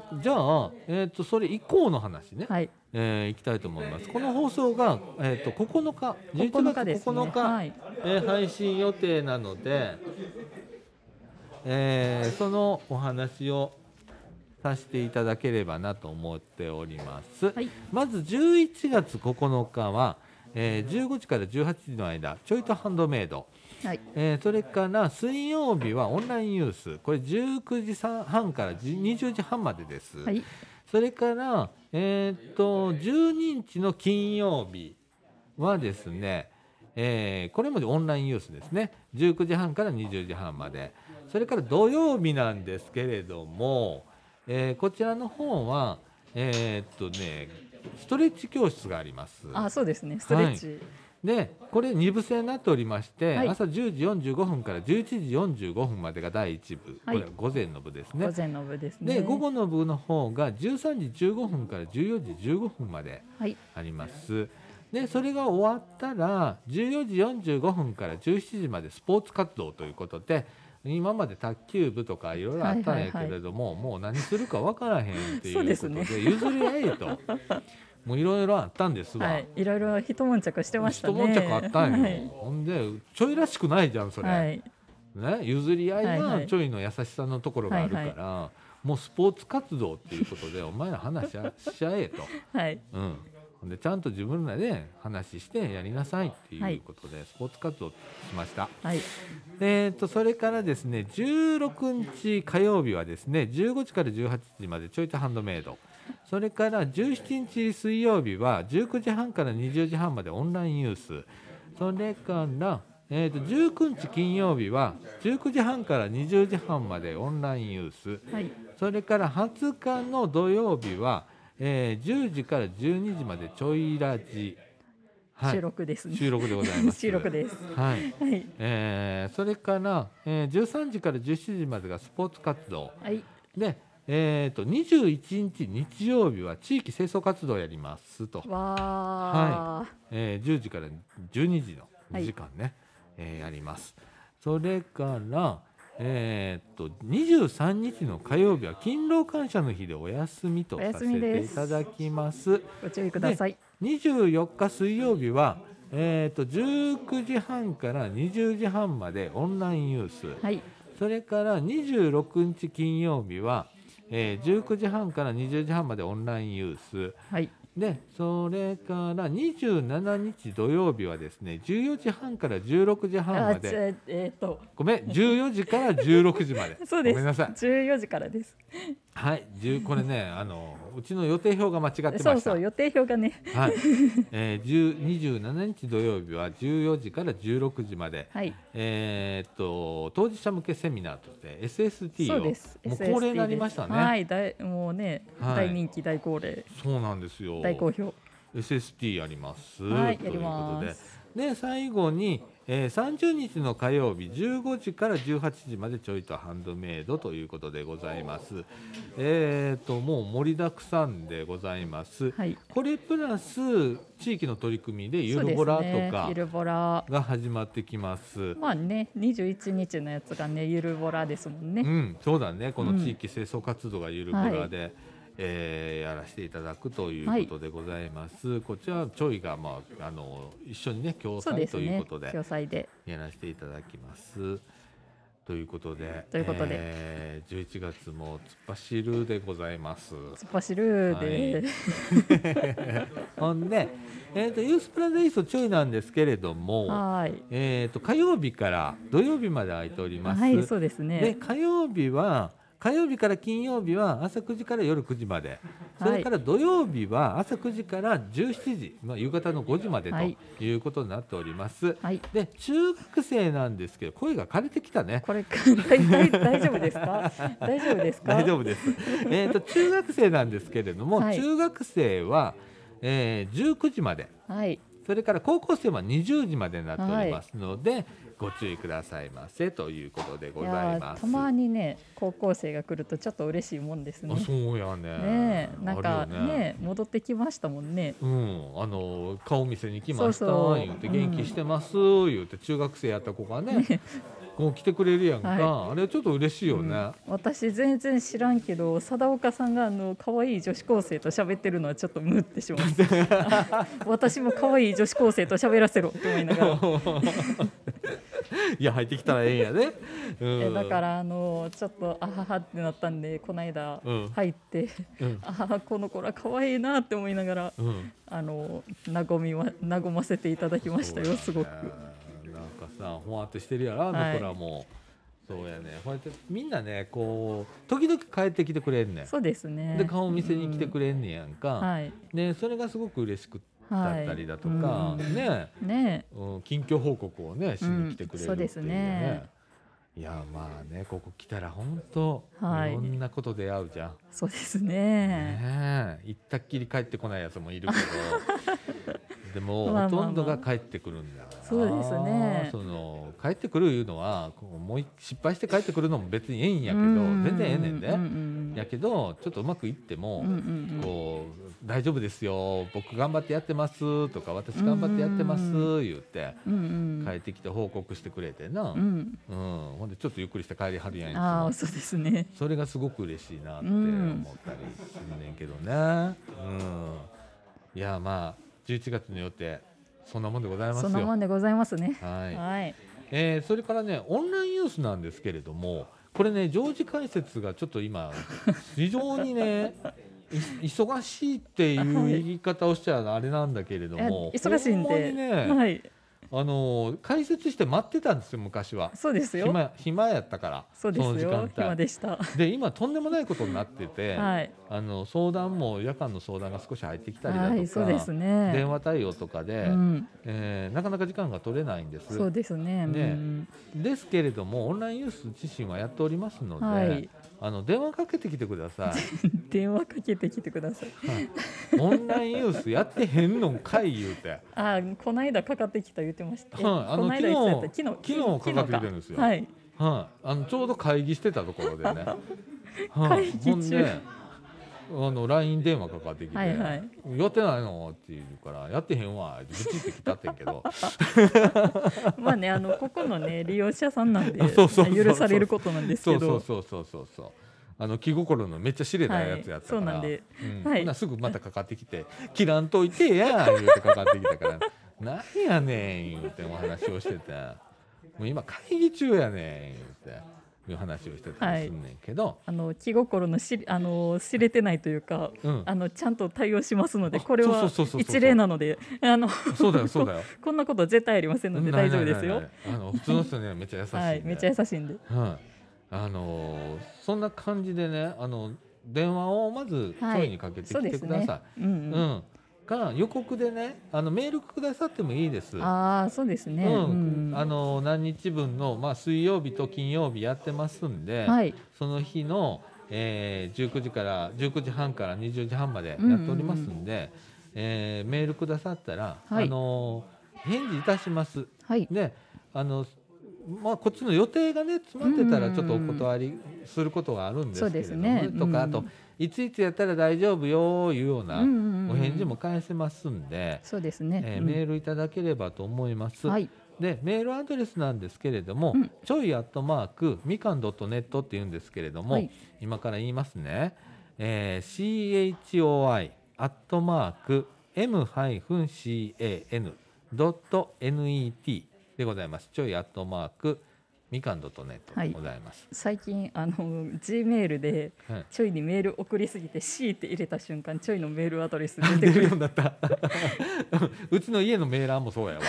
[SPEAKER 1] ーじゃあ、えー、とそれ以降の話ね、
[SPEAKER 2] はい
[SPEAKER 1] えーいきたいと思いますこの放送が、えー、と9日11
[SPEAKER 2] 9
[SPEAKER 1] 月
[SPEAKER 2] 日ですね
[SPEAKER 1] 9日、
[SPEAKER 2] はい
[SPEAKER 1] えー配信予定なので、えーそのお話をさせていただければなと思っております、
[SPEAKER 2] はい
[SPEAKER 1] まず11月9日は、えー15時から18時の間ちょいとハンドメイド
[SPEAKER 2] はい
[SPEAKER 1] えーそれから水曜日はオンラインユースこれ19時半から20時半までです、
[SPEAKER 2] はい
[SPEAKER 1] それから、えーっと12日の金曜日はですね、えーこれもオンラインユースですね19時半から20時半までそれから土曜日なんですけれども、えーこちらの方はえーっとねストレッチ教室があります。
[SPEAKER 2] あそうですねストレッチ、
[SPEAKER 1] でこれ2部制になっておりまして、
[SPEAKER 2] はい
[SPEAKER 1] 朝10時45分から11時45分までが第1部、
[SPEAKER 2] はい
[SPEAKER 1] これは午前の部ですね
[SPEAKER 2] 午前の部ですね
[SPEAKER 1] で午後の部の方が13時15分から14時15分まで
[SPEAKER 2] はい
[SPEAKER 1] ありますでそれが終わったら14時45分から17時までスポーツ活動ということで今まで卓球部とかいろいろあったんやけれども、もう何するか分からへんっていう
[SPEAKER 2] そう
[SPEAKER 1] こ
[SPEAKER 2] で
[SPEAKER 1] と
[SPEAKER 2] す
[SPEAKER 1] で
[SPEAKER 2] ね
[SPEAKER 1] 譲り合えともういろいろあったんですわ。
[SPEAKER 2] はい、いろいろ一悶着してましたね。
[SPEAKER 1] 一悶着あったんよ、
[SPEAKER 2] はい
[SPEAKER 1] ほんでちょいらしくないじゃんそれ、
[SPEAKER 2] はい、
[SPEAKER 1] ね、譲り合い
[SPEAKER 2] はいは
[SPEAKER 1] が
[SPEAKER 2] い
[SPEAKER 1] ちょいの優しさのところがあるから、
[SPEAKER 2] はい
[SPEAKER 1] もうスポーツ活動っていうことでお前ら話し合し合えと、
[SPEAKER 2] はい、
[SPEAKER 1] うん、ほんでちゃんと自分らで話してやりなさいっていうことで、スポーツ活動しました。
[SPEAKER 2] はい、
[SPEAKER 1] えー、とそれからですね16日火曜日はですね15時から18時までちょいとハンドメイドそれから17日水曜日は19時半から20時半までオンラインユースそれから、えー、と19日金曜日は19時半から20時半までオンラインユース
[SPEAKER 2] はい、
[SPEAKER 1] それから20日の土曜日は、えー10時から12時までちょいラジ、はい
[SPEAKER 2] 収録ですね。
[SPEAKER 1] 収録でござ います
[SPEAKER 2] 収録です。
[SPEAKER 1] はい
[SPEAKER 2] はい、
[SPEAKER 1] えーそれから、えー13時から17時までがスポーツ活動
[SPEAKER 2] はい、
[SPEAKER 1] で、えー、と21日日曜日は地域清掃活動をやりますと、
[SPEAKER 2] わー、
[SPEAKER 1] えー10時から12時の
[SPEAKER 2] は
[SPEAKER 1] 2
[SPEAKER 2] い
[SPEAKER 1] 時間ね、えーやりますそれから、えー、と23日の火曜日は勤労感謝の日でお休みと
[SPEAKER 2] お
[SPEAKER 1] さ
[SPEAKER 2] 休
[SPEAKER 1] せ
[SPEAKER 2] み
[SPEAKER 1] て
[SPEAKER 2] で
[SPEAKER 1] い
[SPEAKER 2] す
[SPEAKER 1] ただきます。
[SPEAKER 2] ご注意ください。
[SPEAKER 1] 24日水曜日は、えー、と19時半から20時半までオンラインユース
[SPEAKER 2] はい、
[SPEAKER 1] それから26日金曜日は、えー19時半から20時半までオンラインユース
[SPEAKER 2] はい
[SPEAKER 1] でそれから27日土曜日はですね14時半から16時半ま
[SPEAKER 2] あじゃ
[SPEAKER 1] で
[SPEAKER 2] あえっと
[SPEAKER 1] ごめん14時から16時まで
[SPEAKER 2] そうです
[SPEAKER 1] ごめんなさい
[SPEAKER 2] 14時からです
[SPEAKER 1] はい10これねあのうちの予定表が間違ってました
[SPEAKER 2] そうそう予定表がね
[SPEAKER 1] はい、えー、10 27日土曜日は14時から16時まで、
[SPEAKER 2] はい
[SPEAKER 1] えーっと当事者向けセミナーとして SST
[SPEAKER 2] そう
[SPEAKER 1] を
[SPEAKER 2] です
[SPEAKER 1] もう
[SPEAKER 2] SST
[SPEAKER 1] 恒例になりましたね
[SPEAKER 2] ですはい大もうね、
[SPEAKER 1] はい
[SPEAKER 2] 大人気大恒例
[SPEAKER 1] そうなんですよ
[SPEAKER 2] 大好評
[SPEAKER 1] SST やります、
[SPEAKER 2] はい
[SPEAKER 1] とい
[SPEAKER 2] や
[SPEAKER 1] う
[SPEAKER 2] り
[SPEAKER 1] こと
[SPEAKER 2] ま
[SPEAKER 1] ですで最後に、えー、30日の火曜日15時から18時までちょいとハンドメイドということでございますえーっともう盛りだくさんでございます、
[SPEAKER 2] はい
[SPEAKER 1] これプラス地域の取り組みでゆるぼらと
[SPEAKER 2] そうですね
[SPEAKER 1] か
[SPEAKER 2] ゆるぼら
[SPEAKER 1] が始まってきます。
[SPEAKER 2] まあね21日のやつがねゆるぼらですもん
[SPEAKER 1] う
[SPEAKER 2] ね
[SPEAKER 1] ん、そうだね。こ
[SPEAKER 2] う
[SPEAKER 1] の
[SPEAKER 2] ん
[SPEAKER 1] 地域清掃活動がゆるぼらで、えーやらせていただくということでございます。こちらはちょいがまああの一緒にね共
[SPEAKER 2] そうで
[SPEAKER 1] 催
[SPEAKER 2] す
[SPEAKER 1] という
[SPEAKER 2] ね
[SPEAKER 1] ことで
[SPEAKER 2] 共催で
[SPEAKER 1] やらせていただきます。ということで、
[SPEAKER 2] ということで
[SPEAKER 1] えー11月も突っ走るでございます。
[SPEAKER 2] 突っ走るで、
[SPEAKER 1] ほんで、えっ、とユースプラザイーストちょいなんですけれども、
[SPEAKER 2] はい、
[SPEAKER 1] えっ、と火曜日から土曜日まで空いております。
[SPEAKER 2] はい、そうです
[SPEAKER 1] で
[SPEAKER 2] ね。
[SPEAKER 1] 火曜日は火曜日から金曜日は朝9時から夜9時まで、それから土曜日は朝9時から17時、まあ、夕方の5時まで
[SPEAKER 2] はい
[SPEAKER 1] ということになっております。
[SPEAKER 2] はい、
[SPEAKER 1] で中学生なんですけど声が枯れてきたね。
[SPEAKER 2] これ か大大大丈夫ですか？大丈夫ですか？
[SPEAKER 1] 大丈
[SPEAKER 2] 夫。
[SPEAKER 1] 夫です。 えっと中学生なんですけれども、
[SPEAKER 2] はい
[SPEAKER 1] 中学生は、えー、19時まで。
[SPEAKER 2] はい、
[SPEAKER 1] それから高校生は20時までになっておりますので、ご注意くださいませということで
[SPEAKER 2] い
[SPEAKER 1] ござ
[SPEAKER 2] や
[SPEAKER 1] いま
[SPEAKER 2] ー
[SPEAKER 1] す。
[SPEAKER 2] たまにね高校生が来るとちょっと嬉しいもんですね
[SPEAKER 1] あ。そうやね。
[SPEAKER 2] ねえなんか
[SPEAKER 1] ある
[SPEAKER 2] ね
[SPEAKER 1] よ
[SPEAKER 2] 戻ってきましたもんね。
[SPEAKER 1] うん、あの顔見せに来ました
[SPEAKER 2] そうそう
[SPEAKER 1] 言って
[SPEAKER 2] うん
[SPEAKER 1] 元気してます、言って中学生やった子がねこう来てくれるやんか、
[SPEAKER 2] は
[SPEAKER 1] あれちょっと嬉しいよね、
[SPEAKER 2] うん私全然知らんけど貞岡さんがあの可愛い女子高生と喋ってるのはちょっとムってしまう 私も可愛い女子高生と喋らせろって思いながら
[SPEAKER 1] いや入ってきたらええんやね、うん
[SPEAKER 2] えだからあのちょっとあははってなったんでこの間
[SPEAKER 1] うん
[SPEAKER 2] 入って、
[SPEAKER 1] うん
[SPEAKER 2] あははこの子ら可愛いなって思いながら
[SPEAKER 1] うん
[SPEAKER 2] あの和みは和ませていただきました
[SPEAKER 1] そうや
[SPEAKER 2] よ
[SPEAKER 1] ね
[SPEAKER 2] すごく
[SPEAKER 1] なんかさほわってしてるやろあ
[SPEAKER 2] は
[SPEAKER 1] の
[SPEAKER 2] い
[SPEAKER 1] 子らも、そうやねこうやってみんなねこう時々帰ってきてくれんねん
[SPEAKER 2] そうですね
[SPEAKER 1] で顔見せに来てくれんねやんか、
[SPEAKER 2] はい
[SPEAKER 1] ねそれがすごく嬉しくだ
[SPEAKER 2] はい
[SPEAKER 1] ったりだとか、
[SPEAKER 2] うん
[SPEAKER 1] ね
[SPEAKER 2] ね
[SPEAKER 1] うん、近況報告をねしに来てくれるっていうね,、
[SPEAKER 2] うんそうですね
[SPEAKER 1] いやまあねここ来たら本当、
[SPEAKER 2] はい
[SPEAKER 1] いろんなこと出会うじゃん、
[SPEAKER 2] えそうですね
[SPEAKER 1] ねえ行ったっきり帰ってこないやつもいるけ どでも、
[SPEAKER 2] まあまあまあ
[SPEAKER 1] ほとんどが帰ってくるんだから
[SPEAKER 2] そうですね
[SPEAKER 1] その帰ってくるいうのはこうもう失敗して帰ってくるのも別にええんやけど
[SPEAKER 2] うん
[SPEAKER 1] 全然ええねんで、
[SPEAKER 2] うんうん
[SPEAKER 1] やけどちょっとうまくいっても、
[SPEAKER 2] うんうんうん
[SPEAKER 1] こう大丈夫ですよ僕頑張ってやってますとか私頑張ってやってます言って
[SPEAKER 2] うんうん
[SPEAKER 1] 帰ってきて報告してくれてな、う
[SPEAKER 2] うんん
[SPEAKER 1] ほんでちょっとゆっくりして帰りはるやんいつも
[SPEAKER 2] ああそうですね
[SPEAKER 1] それがすごく嬉しいなって思ったりすんねんけどね、うんいやまあ11月の予定そんなもんでございます
[SPEAKER 2] そんなも
[SPEAKER 1] よ。
[SPEAKER 2] んでございますね
[SPEAKER 1] はい
[SPEAKER 2] はい
[SPEAKER 1] えーそれからねオンラインユースなんですけれどもこれね常時解説がちょっと 今非常にねい忙しいっていう言い方をしちゃあれなんだけれど
[SPEAKER 2] いや
[SPEAKER 1] も
[SPEAKER 2] 忙しいん
[SPEAKER 1] ほまに
[SPEAKER 2] で
[SPEAKER 1] ね、
[SPEAKER 2] はい
[SPEAKER 1] あのー解説して待ってたんですよ昔は
[SPEAKER 2] そうですよ
[SPEAKER 1] 暇暇やったから
[SPEAKER 2] そうです
[SPEAKER 1] の時
[SPEAKER 2] よ
[SPEAKER 1] 間
[SPEAKER 2] 暇
[SPEAKER 1] 帯
[SPEAKER 2] でした
[SPEAKER 1] で今とんでもないことになってて、
[SPEAKER 2] はい
[SPEAKER 1] あの相談も夜間の相談が少し入ってきたりだとか、
[SPEAKER 2] はいそうです
[SPEAKER 1] 電
[SPEAKER 2] ね
[SPEAKER 1] 話対応とかで、
[SPEAKER 2] うん
[SPEAKER 1] えーなかなか時間が取れないんです
[SPEAKER 2] そうですね
[SPEAKER 1] ね
[SPEAKER 2] うん
[SPEAKER 1] ですけれどもオンラインユース自身はやっておりますので、
[SPEAKER 2] はい
[SPEAKER 1] あの電話かけてきてくださ
[SPEAKER 2] 電話かけてきてください。
[SPEAKER 1] い、はい オンラインユースやってへんのんかい言うて
[SPEAKER 2] あ、この間かかってきた言ってました。え
[SPEAKER 1] はいあの
[SPEAKER 2] この間いつやった昨日
[SPEAKER 1] 昨日かかってきてるんですよ
[SPEAKER 2] はい。
[SPEAKER 1] はい、あのちょうど会議してたところでね、はい
[SPEAKER 2] 会議中
[SPEAKER 1] ほんであの LINE 電話かかってきて「
[SPEAKER 2] はいはい
[SPEAKER 1] やってないの?」って言うから「やってへんわ」ってブチってきたってんけ ど
[SPEAKER 2] まあね、あのここ のね利用者さんなんで
[SPEAKER 1] あそうそうそうそう
[SPEAKER 2] 許されることなんです
[SPEAKER 1] そ
[SPEAKER 2] け
[SPEAKER 1] うそう
[SPEAKER 2] ど、
[SPEAKER 1] そうそうそうそうあの気心のめっちゃ知れないやつやったから、
[SPEAKER 2] はいそうなんで
[SPEAKER 1] うん
[SPEAKER 2] はい
[SPEAKER 1] ほなすぐまたかかってきて 「切らんといてや」言うてかかってきたから 「なんやねん」言うてお話をしてて「もう今会議中やねん」言うて。いう話をしてたりすんねんけど、
[SPEAKER 2] あの気心のしあの知れてないというか
[SPEAKER 1] うん、
[SPEAKER 2] あのちゃんと対応しますので
[SPEAKER 1] あ
[SPEAKER 2] これ
[SPEAKER 1] そう
[SPEAKER 2] は
[SPEAKER 1] そうそうそうそう
[SPEAKER 2] 一例なのであの
[SPEAKER 1] そうだよそうだよ
[SPEAKER 2] こんなこと絶対ありませんので大丈夫です
[SPEAKER 1] な
[SPEAKER 2] よ
[SPEAKER 1] い。ないないないあの普通の人ねめっちゃ優しいんで、
[SPEAKER 2] はい、めっちゃ優しいんで。
[SPEAKER 1] はい、あのーそんな感じでねあの電話をまずち
[SPEAKER 2] はい
[SPEAKER 1] ょいにかけて
[SPEAKER 2] そう
[SPEAKER 1] き
[SPEAKER 2] で
[SPEAKER 1] て
[SPEAKER 2] す
[SPEAKER 1] くだ
[SPEAKER 2] ね
[SPEAKER 1] さ。
[SPEAKER 2] うん
[SPEAKER 1] い。、
[SPEAKER 2] うん
[SPEAKER 1] うん。から予告でねあのメールくださってもいいです。
[SPEAKER 2] ああ、そうですね。
[SPEAKER 1] うん
[SPEAKER 2] うん、
[SPEAKER 1] あのー何日分の、まあ、水曜日と金曜日やってますんで、
[SPEAKER 2] はい、
[SPEAKER 1] その日の、えー、19時から19時半から20時半までやっておりますんで、えーメールくださったら、
[SPEAKER 2] はい
[SPEAKER 1] あのー返事いたします。
[SPEAKER 2] はい、
[SPEAKER 1] であのまあ、こっちの予定がね詰まってたら
[SPEAKER 2] うん
[SPEAKER 1] ちょっとお断りすることがあるんですけれども、
[SPEAKER 2] そうですね
[SPEAKER 1] とかあ
[SPEAKER 2] うん
[SPEAKER 1] といついつやったら大丈夫よいうような
[SPEAKER 2] うん
[SPEAKER 1] お返事も。返せますんで、
[SPEAKER 2] そうですね。
[SPEAKER 1] えー
[SPEAKER 2] うん
[SPEAKER 1] メールいただければと思います。
[SPEAKER 2] はい、
[SPEAKER 1] でメールアドレスなんですけれども、
[SPEAKER 2] うん
[SPEAKER 1] ちょいアットマークみかん .net っていうんですけれども、
[SPEAKER 2] はい
[SPEAKER 1] 今から言いますね、えー CHOI アットマーク M-CAN.net でございますちょいアットマークみかん .net
[SPEAKER 2] はい
[SPEAKER 1] でございます、
[SPEAKER 2] 最近、あの、G メールで。
[SPEAKER 1] はい
[SPEAKER 2] ちょいにメール送りすぎて、C って入れた瞬間、ちょいのメールアドレス
[SPEAKER 1] 出
[SPEAKER 2] 出
[SPEAKER 1] て
[SPEAKER 2] て
[SPEAKER 1] くる
[SPEAKER 2] くる
[SPEAKER 1] よう。になった うちの家のメーラーもそうやわ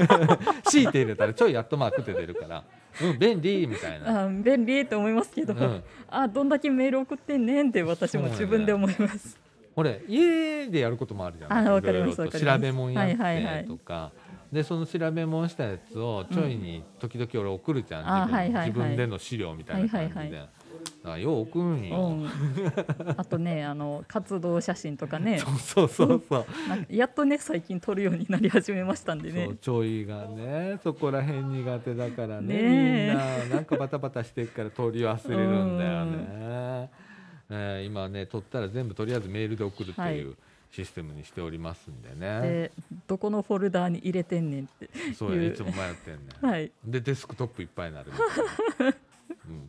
[SPEAKER 1] 強いて入れたらちょいアットマークって出るから、うん、便利みたいな
[SPEAKER 2] あー便利と思いますけど、
[SPEAKER 1] うん
[SPEAKER 2] あーどんだけメール送ってんねんって私も自分で思います。
[SPEAKER 1] 俺家でやることもあるじゃない
[SPEAKER 2] あわかります
[SPEAKER 1] いろいろと
[SPEAKER 2] わかります
[SPEAKER 1] 調べ物やってとか、
[SPEAKER 2] はいはいはい
[SPEAKER 1] でその調べ物したやつをちょいに時々俺送るじゃん、
[SPEAKER 2] あ
[SPEAKER 1] 自分
[SPEAKER 2] はいはいはい
[SPEAKER 1] 自分での資料みたいな感じで、
[SPEAKER 2] はいはいは
[SPEAKER 1] だからよう送るん
[SPEAKER 2] う
[SPEAKER 1] よ、
[SPEAKER 2] ん、あとねあの活動写真とかね
[SPEAKER 1] そうそうそうそう,、
[SPEAKER 2] なんかやっとね最近撮るようになり始めましたんで ね
[SPEAKER 1] そうちょいがねそこら辺苦手だからね
[SPEAKER 2] ね
[SPEAKER 1] みんななんかバタバタしてっから取り忘れるんだよね、えー今ね取ったら全部とりあえずメールで送るって
[SPEAKER 2] はいいう
[SPEAKER 1] システムにしておりますんでね、
[SPEAKER 2] でどこのフォルダーに入れてんねんって
[SPEAKER 1] そうや
[SPEAKER 2] いう
[SPEAKER 1] いつも迷ってんねん
[SPEAKER 2] はい
[SPEAKER 1] でデスクトップいっぱいになるみたいな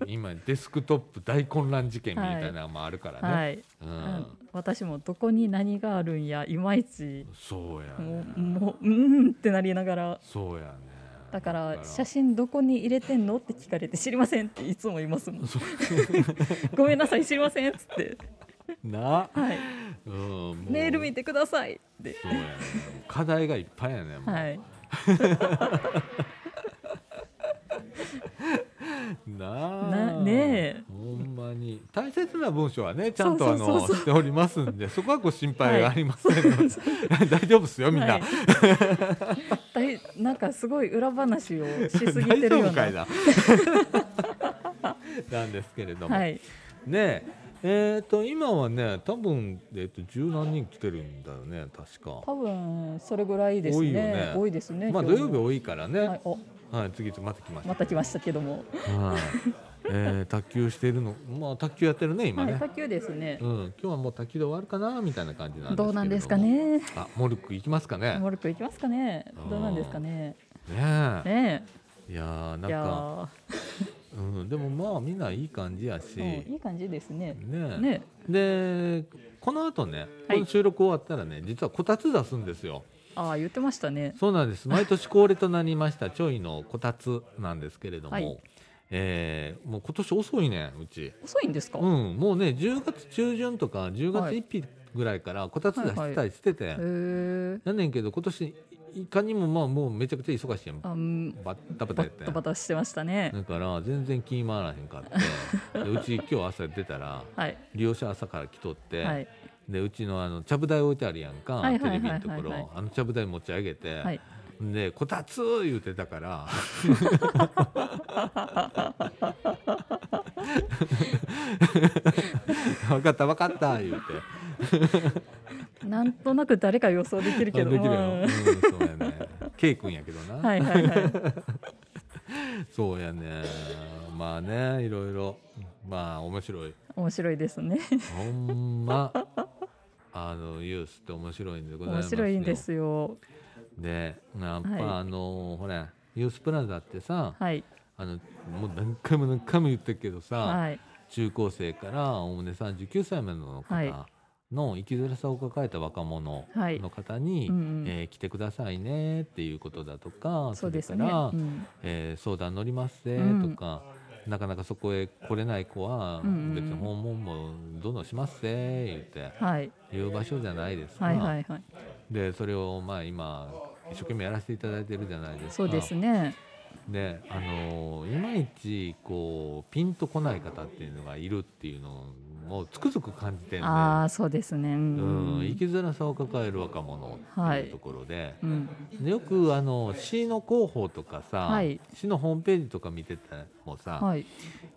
[SPEAKER 1] うん、今デスクトップ大混乱事件みたいなのもあるからね、
[SPEAKER 2] はい、
[SPEAKER 1] う
[SPEAKER 2] うん
[SPEAKER 1] ん、
[SPEAKER 2] 私もどこに何があるんやいまいち
[SPEAKER 1] そうや
[SPEAKER 2] も
[SPEAKER 1] ね
[SPEAKER 2] うもううんってなりながら
[SPEAKER 1] そうやね
[SPEAKER 2] だから写真どこに入れてんのって聞かれて知りませんっていつも言いますもん ごめんなさい知りませんっつって、
[SPEAKER 1] な、
[SPEAKER 2] はい、
[SPEAKER 1] うん、もう
[SPEAKER 2] メール見てくださいって
[SPEAKER 1] そうやね課題がいっぱいやね、もう
[SPEAKER 2] はい
[SPEAKER 1] なあ
[SPEAKER 2] なねえ
[SPEAKER 1] ほんまに大切な文章はねちゃんとあ
[SPEAKER 2] そう
[SPEAKER 1] の
[SPEAKER 2] そうそうそう
[SPEAKER 1] しておりますんでそこはご心配ありませ んので、大丈夫っすよみんな、
[SPEAKER 2] はいだいなんかすごい裏話をしすぎ て
[SPEAKER 1] 大
[SPEAKER 2] る
[SPEAKER 1] 丈
[SPEAKER 2] よう
[SPEAKER 1] 夫
[SPEAKER 2] な
[SPEAKER 1] かいな なんですけれども、
[SPEAKER 2] はい
[SPEAKER 1] ねええー、と今はね多分、えー、と十何人来てるんだよね確か。
[SPEAKER 2] 多分それぐらいです
[SPEAKER 1] 多
[SPEAKER 2] ね
[SPEAKER 1] いよね
[SPEAKER 2] 多いですね
[SPEAKER 1] まあ土
[SPEAKER 2] 今日
[SPEAKER 1] 曜
[SPEAKER 2] も
[SPEAKER 1] 日多いからね、は
[SPEAKER 2] はいい、お
[SPEAKER 1] 次々また来ました
[SPEAKER 2] また来ましたけども、
[SPEAKER 1] はい えー、卓球してるのまあ卓球やってるね今
[SPEAKER 2] は
[SPEAKER 1] ね、
[SPEAKER 2] い、卓球ですね
[SPEAKER 1] う、ん、今日はもう卓球で終わるかなみたいな感じなんですけれど
[SPEAKER 2] ど
[SPEAKER 1] も
[SPEAKER 2] うなんですかね
[SPEAKER 1] あモルック行きますかねね
[SPEAKER 2] モルック行きますかね
[SPEAKER 1] うん
[SPEAKER 2] どうなんですかね
[SPEAKER 1] え
[SPEAKER 2] ね
[SPEAKER 1] いやー
[SPEAKER 2] え
[SPEAKER 1] ないん
[SPEAKER 2] や
[SPEAKER 1] かうん、でもまあみんないい感じやし、
[SPEAKER 2] ーうんいい感じですね
[SPEAKER 1] ねえ
[SPEAKER 2] ね
[SPEAKER 1] でこの後ね、
[SPEAKER 2] は
[SPEAKER 1] こ
[SPEAKER 2] い
[SPEAKER 1] の収録終わったらね実はこたつ出すんですよ
[SPEAKER 2] ああ言ってましたね
[SPEAKER 1] そうなんです毎年恒例となりましたちょいのこたつなんですけれども、
[SPEAKER 2] はい
[SPEAKER 1] えーもう今年遅いねうち、
[SPEAKER 2] 遅いんですか、
[SPEAKER 1] う
[SPEAKER 2] へ
[SPEAKER 1] ん、もうね10月中旬とか10月
[SPEAKER 2] は
[SPEAKER 1] 1
[SPEAKER 2] い
[SPEAKER 1] 日ぐらいからこたつ出したりしてて、
[SPEAKER 2] え
[SPEAKER 1] なんねんけど今年いかにもまあもうめちゃくちゃ忙しいやん
[SPEAKER 2] あうん
[SPEAKER 1] バッタバタ
[SPEAKER 2] バ
[SPEAKER 1] やって
[SPEAKER 2] ッタバタしてましたね
[SPEAKER 1] だから全然気に回らへんかって でうち今日朝出たら
[SPEAKER 2] はい
[SPEAKER 1] 利用者朝から来とって、
[SPEAKER 2] はい
[SPEAKER 1] でうちのあのちゃぶ台置いてあるやんか、
[SPEAKER 2] はいはいはい
[SPEAKER 1] テレビのところ、
[SPEAKER 2] はいはい
[SPEAKER 1] あのちゃぶ台持ち上げて、
[SPEAKER 2] はい
[SPEAKER 1] で「こたつ!」言うてたから 分かった分かった言うて
[SPEAKER 2] なんとなく誰か予想できるけ
[SPEAKER 1] あ
[SPEAKER 2] ど
[SPEAKER 1] できるよ、
[SPEAKER 2] うん
[SPEAKER 1] うん、そうやね K 君やけどな、
[SPEAKER 2] はいはいはい
[SPEAKER 1] そうやねまあねいろいろまあ面白い
[SPEAKER 2] 面白いですね
[SPEAKER 1] ほん まあのユースって面白いんでございま
[SPEAKER 2] 面
[SPEAKER 1] すよ
[SPEAKER 2] 白いんですよ
[SPEAKER 1] でやっぱ、
[SPEAKER 2] はい
[SPEAKER 1] あのほらユースプラザってさ
[SPEAKER 2] はい
[SPEAKER 1] あのもう何回も何回も言ってるけどさ、
[SPEAKER 2] はい
[SPEAKER 1] 中高生からおおむね39歳までの
[SPEAKER 2] はい
[SPEAKER 1] 方の生きづらさを抱えた若者
[SPEAKER 2] はい
[SPEAKER 1] の方に、
[SPEAKER 2] うんうん
[SPEAKER 1] えー来てくださいねっていうことだとか
[SPEAKER 2] そうです
[SPEAKER 1] れ
[SPEAKER 2] ね、
[SPEAKER 1] から、
[SPEAKER 2] うん
[SPEAKER 1] えー相談乗りますねとか、なかなかそこへ来れない子は、
[SPEAKER 2] うんうん
[SPEAKER 1] 別に訪問もどんどんしますぜ言って
[SPEAKER 2] はい
[SPEAKER 1] 言う場所じゃないですか、
[SPEAKER 2] はいはいはい
[SPEAKER 1] でそれをまあ今一生懸命やらせていただいてるじゃないですか
[SPEAKER 2] そうですね
[SPEAKER 1] であのいまいちこうピンとこない方っていうのがいるっていうのをつくづく感じてるんで
[SPEAKER 2] ああそうですねう
[SPEAKER 1] うん、生
[SPEAKER 2] ん
[SPEAKER 1] きづらさを抱える若者っていうところで,、
[SPEAKER 2] うん
[SPEAKER 1] でよくあの市の広報とかさ、
[SPEAKER 2] はい
[SPEAKER 1] 市のホームページとか見ててもさ、
[SPEAKER 2] はい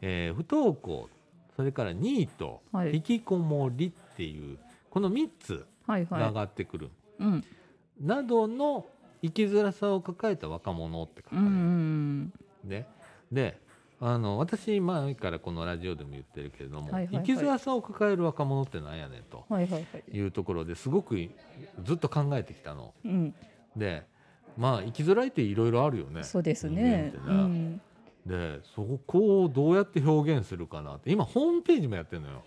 [SPEAKER 1] えー不登校それからニート、
[SPEAKER 2] はい
[SPEAKER 1] 引きこもりっていうこの3つ
[SPEAKER 2] はい
[SPEAKER 1] が上
[SPEAKER 2] は
[SPEAKER 1] がってくる、
[SPEAKER 2] いうん
[SPEAKER 1] などの生きづらさを抱えた若者って書か
[SPEAKER 2] う
[SPEAKER 1] れ
[SPEAKER 2] んう
[SPEAKER 1] て
[SPEAKER 2] んう
[SPEAKER 1] る
[SPEAKER 2] ん
[SPEAKER 1] でであの私前からこのラジオでも言ってるけれども、
[SPEAKER 2] はいはいはい
[SPEAKER 1] 生きづらさを抱える若者ってなんやねんと
[SPEAKER 2] はいはいはい
[SPEAKER 1] いうところですごくずっと考えてきたの。
[SPEAKER 2] うん
[SPEAKER 1] でまあ生きづらいっていろいろあるよね。
[SPEAKER 2] そうです
[SPEAKER 1] 人間
[SPEAKER 2] ね
[SPEAKER 1] って
[SPEAKER 2] う
[SPEAKER 1] なんでそこをどうやって表現するかなって今ホームページもやってるのよ。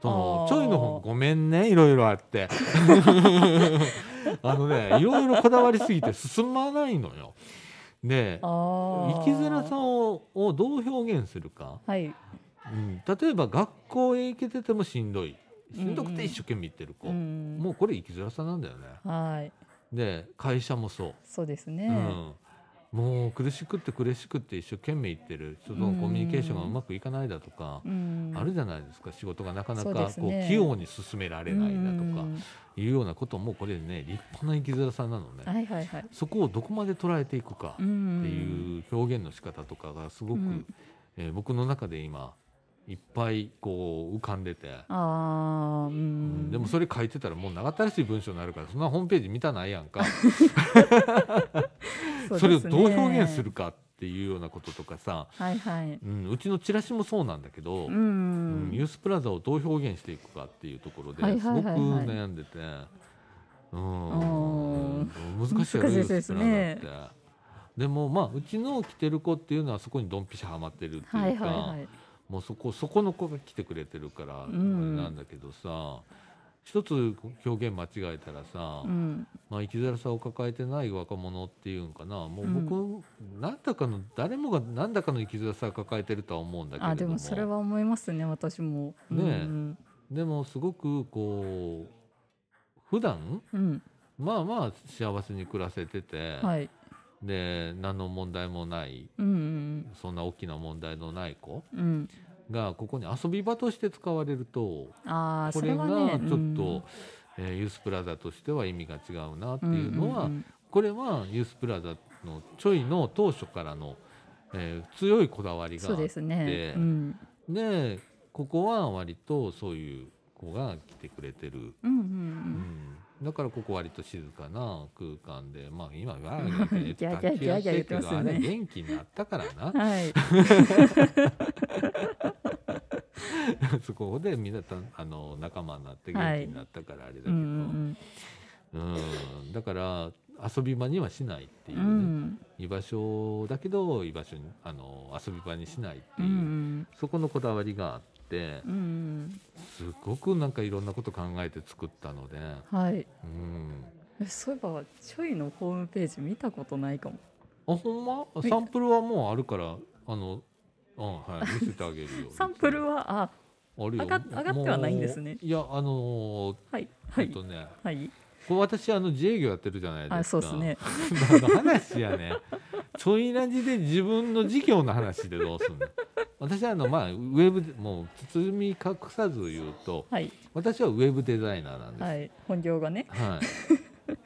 [SPEAKER 1] その
[SPEAKER 2] あー
[SPEAKER 1] ちょいの方ごめんねいろいろあって あのねいろいろこだわりすぎて進まないのよ。で
[SPEAKER 2] あ
[SPEAKER 1] 生
[SPEAKER 2] 生
[SPEAKER 1] きづらさををどう表現するか、
[SPEAKER 2] はい
[SPEAKER 1] うん、例えば学校へ行けててもしんどいしんどくて一生懸命行ってる子、
[SPEAKER 2] うん
[SPEAKER 1] もうこれ生きづらさなんだよね
[SPEAKER 2] はい
[SPEAKER 1] で会社もそう、
[SPEAKER 2] そうです
[SPEAKER 1] う
[SPEAKER 2] ね
[SPEAKER 1] ん、もう苦しくって苦しくって一生懸命行ってる人とのコミュニケーションがうまくいかないだとか、
[SPEAKER 2] うん
[SPEAKER 1] あるじゃないですか仕事がなかな
[SPEAKER 2] そ
[SPEAKER 1] かこ
[SPEAKER 2] うで
[SPEAKER 1] う
[SPEAKER 2] すね
[SPEAKER 1] 器用に進められないだと
[SPEAKER 2] う
[SPEAKER 1] か
[SPEAKER 2] ん
[SPEAKER 1] いうようなこともこれね立派な生きづらさなのね
[SPEAKER 2] はいはいはい
[SPEAKER 1] そこをどこまで捉えていくか
[SPEAKER 2] う
[SPEAKER 1] って
[SPEAKER 2] ん
[SPEAKER 1] いう表現の仕方とかがすごく、
[SPEAKER 2] うん
[SPEAKER 1] えー僕の中で今いっぱいこう浮かんでて、
[SPEAKER 2] ああう
[SPEAKER 1] うんんでもそれ書いてたらもう長たらしい文章になるからそんなホームページ見たないやんか
[SPEAKER 2] う
[SPEAKER 1] それ
[SPEAKER 2] で
[SPEAKER 1] を
[SPEAKER 2] す
[SPEAKER 1] ど
[SPEAKER 2] ね
[SPEAKER 1] う表現するかっていうようなこととかさ、
[SPEAKER 2] はいはい
[SPEAKER 1] うん、うちのチラシもそうなんだけど、
[SPEAKER 2] う
[SPEAKER 1] うん
[SPEAKER 2] ん
[SPEAKER 1] ユースプラザをどう表現していくかっていうところで
[SPEAKER 2] はい
[SPEAKER 1] す
[SPEAKER 2] は
[SPEAKER 1] ご
[SPEAKER 2] い
[SPEAKER 1] く
[SPEAKER 2] はいはい
[SPEAKER 1] 悩んでて、うん
[SPEAKER 2] お
[SPEAKER 1] 難しいよね
[SPEAKER 2] 難しいですね
[SPEAKER 1] ユースプラザってでもまあうちの着てる子っていうのはそこにドンピシャハマってるっていうか、
[SPEAKER 2] はいはいはい
[SPEAKER 1] もうそこそこの子が来てくれてるからあれ
[SPEAKER 2] ん
[SPEAKER 1] なんだけどさ、一つ表現間違えたらさ、
[SPEAKER 2] うん
[SPEAKER 1] まあ、生きづらさを抱えてない若者っていうんかなもう
[SPEAKER 2] うん
[SPEAKER 1] 僕、何だかの誰もが何だかの生きづらさを抱えてるとは思うんだけれども
[SPEAKER 2] あでもそれは思いますね私も
[SPEAKER 1] ねえ
[SPEAKER 2] うん
[SPEAKER 1] でもすごくこう普段
[SPEAKER 2] うん
[SPEAKER 1] まあまあ幸せに暮らせてて、
[SPEAKER 2] はい
[SPEAKER 1] で何の問題もない
[SPEAKER 2] うん
[SPEAKER 1] そんな大きな問題のない子
[SPEAKER 2] うんうん
[SPEAKER 1] がここに遊び場として使われると
[SPEAKER 2] ああ
[SPEAKER 1] こ
[SPEAKER 2] そ
[SPEAKER 1] れ
[SPEAKER 2] れ
[SPEAKER 1] が
[SPEAKER 2] は
[SPEAKER 1] ちょ
[SPEAKER 2] ね
[SPEAKER 1] っと、えーユースプラザとしては意味が違うなって
[SPEAKER 2] うん
[SPEAKER 1] いうのは、
[SPEAKER 2] んんん
[SPEAKER 1] これはユースプラザのちょいの当初からの、えー強いこだわりが
[SPEAKER 2] そうですね
[SPEAKER 1] で
[SPEAKER 2] うん
[SPEAKER 1] でここは割とそういう子が来てくれてる、
[SPEAKER 2] うんうんう
[SPEAKER 1] うんん、だからここ割と静かな空間でまあ今は
[SPEAKER 2] ギャーギャーギャーギャー言ってますよね
[SPEAKER 1] あれ元気になったからな
[SPEAKER 2] はい
[SPEAKER 1] そこでみんなたあの仲間になって元気になったからあれだけ
[SPEAKER 2] う
[SPEAKER 1] ど、
[SPEAKER 2] んうん
[SPEAKER 1] うんだから遊び場にはしない っていう
[SPEAKER 2] う
[SPEAKER 1] ね、
[SPEAKER 2] ん
[SPEAKER 1] 居場所だけど居場所にあの遊び場にしないって
[SPEAKER 2] う
[SPEAKER 1] いう、
[SPEAKER 2] ん
[SPEAKER 1] そこのこだわりがあって
[SPEAKER 2] うんうん
[SPEAKER 1] すごくなんかいろんなこと考えて作ったので、
[SPEAKER 2] はい
[SPEAKER 1] うん、
[SPEAKER 2] えそういえばちょいのホームページ見たことないかも
[SPEAKER 1] あほんま
[SPEAKER 2] い
[SPEAKER 1] サンプルはもうあるからあの、うんはい、見せてあげるよ
[SPEAKER 2] サンプルはあ
[SPEAKER 1] あるよ
[SPEAKER 2] 上が上がってはないんですね
[SPEAKER 1] もういやあのー
[SPEAKER 2] はいは
[SPEAKER 1] えっ
[SPEAKER 2] い
[SPEAKER 1] とね
[SPEAKER 2] はい
[SPEAKER 1] これ私あの自営業やってるじゃないですか
[SPEAKER 2] あそうですね
[SPEAKER 1] 何の話やねちょいラジで自分の事業の話でどうすんの私はあのまあウェブでもう包み隠さず言うと
[SPEAKER 2] はい
[SPEAKER 1] 私はウェブデザイナーなんです、は
[SPEAKER 2] はいい本業がね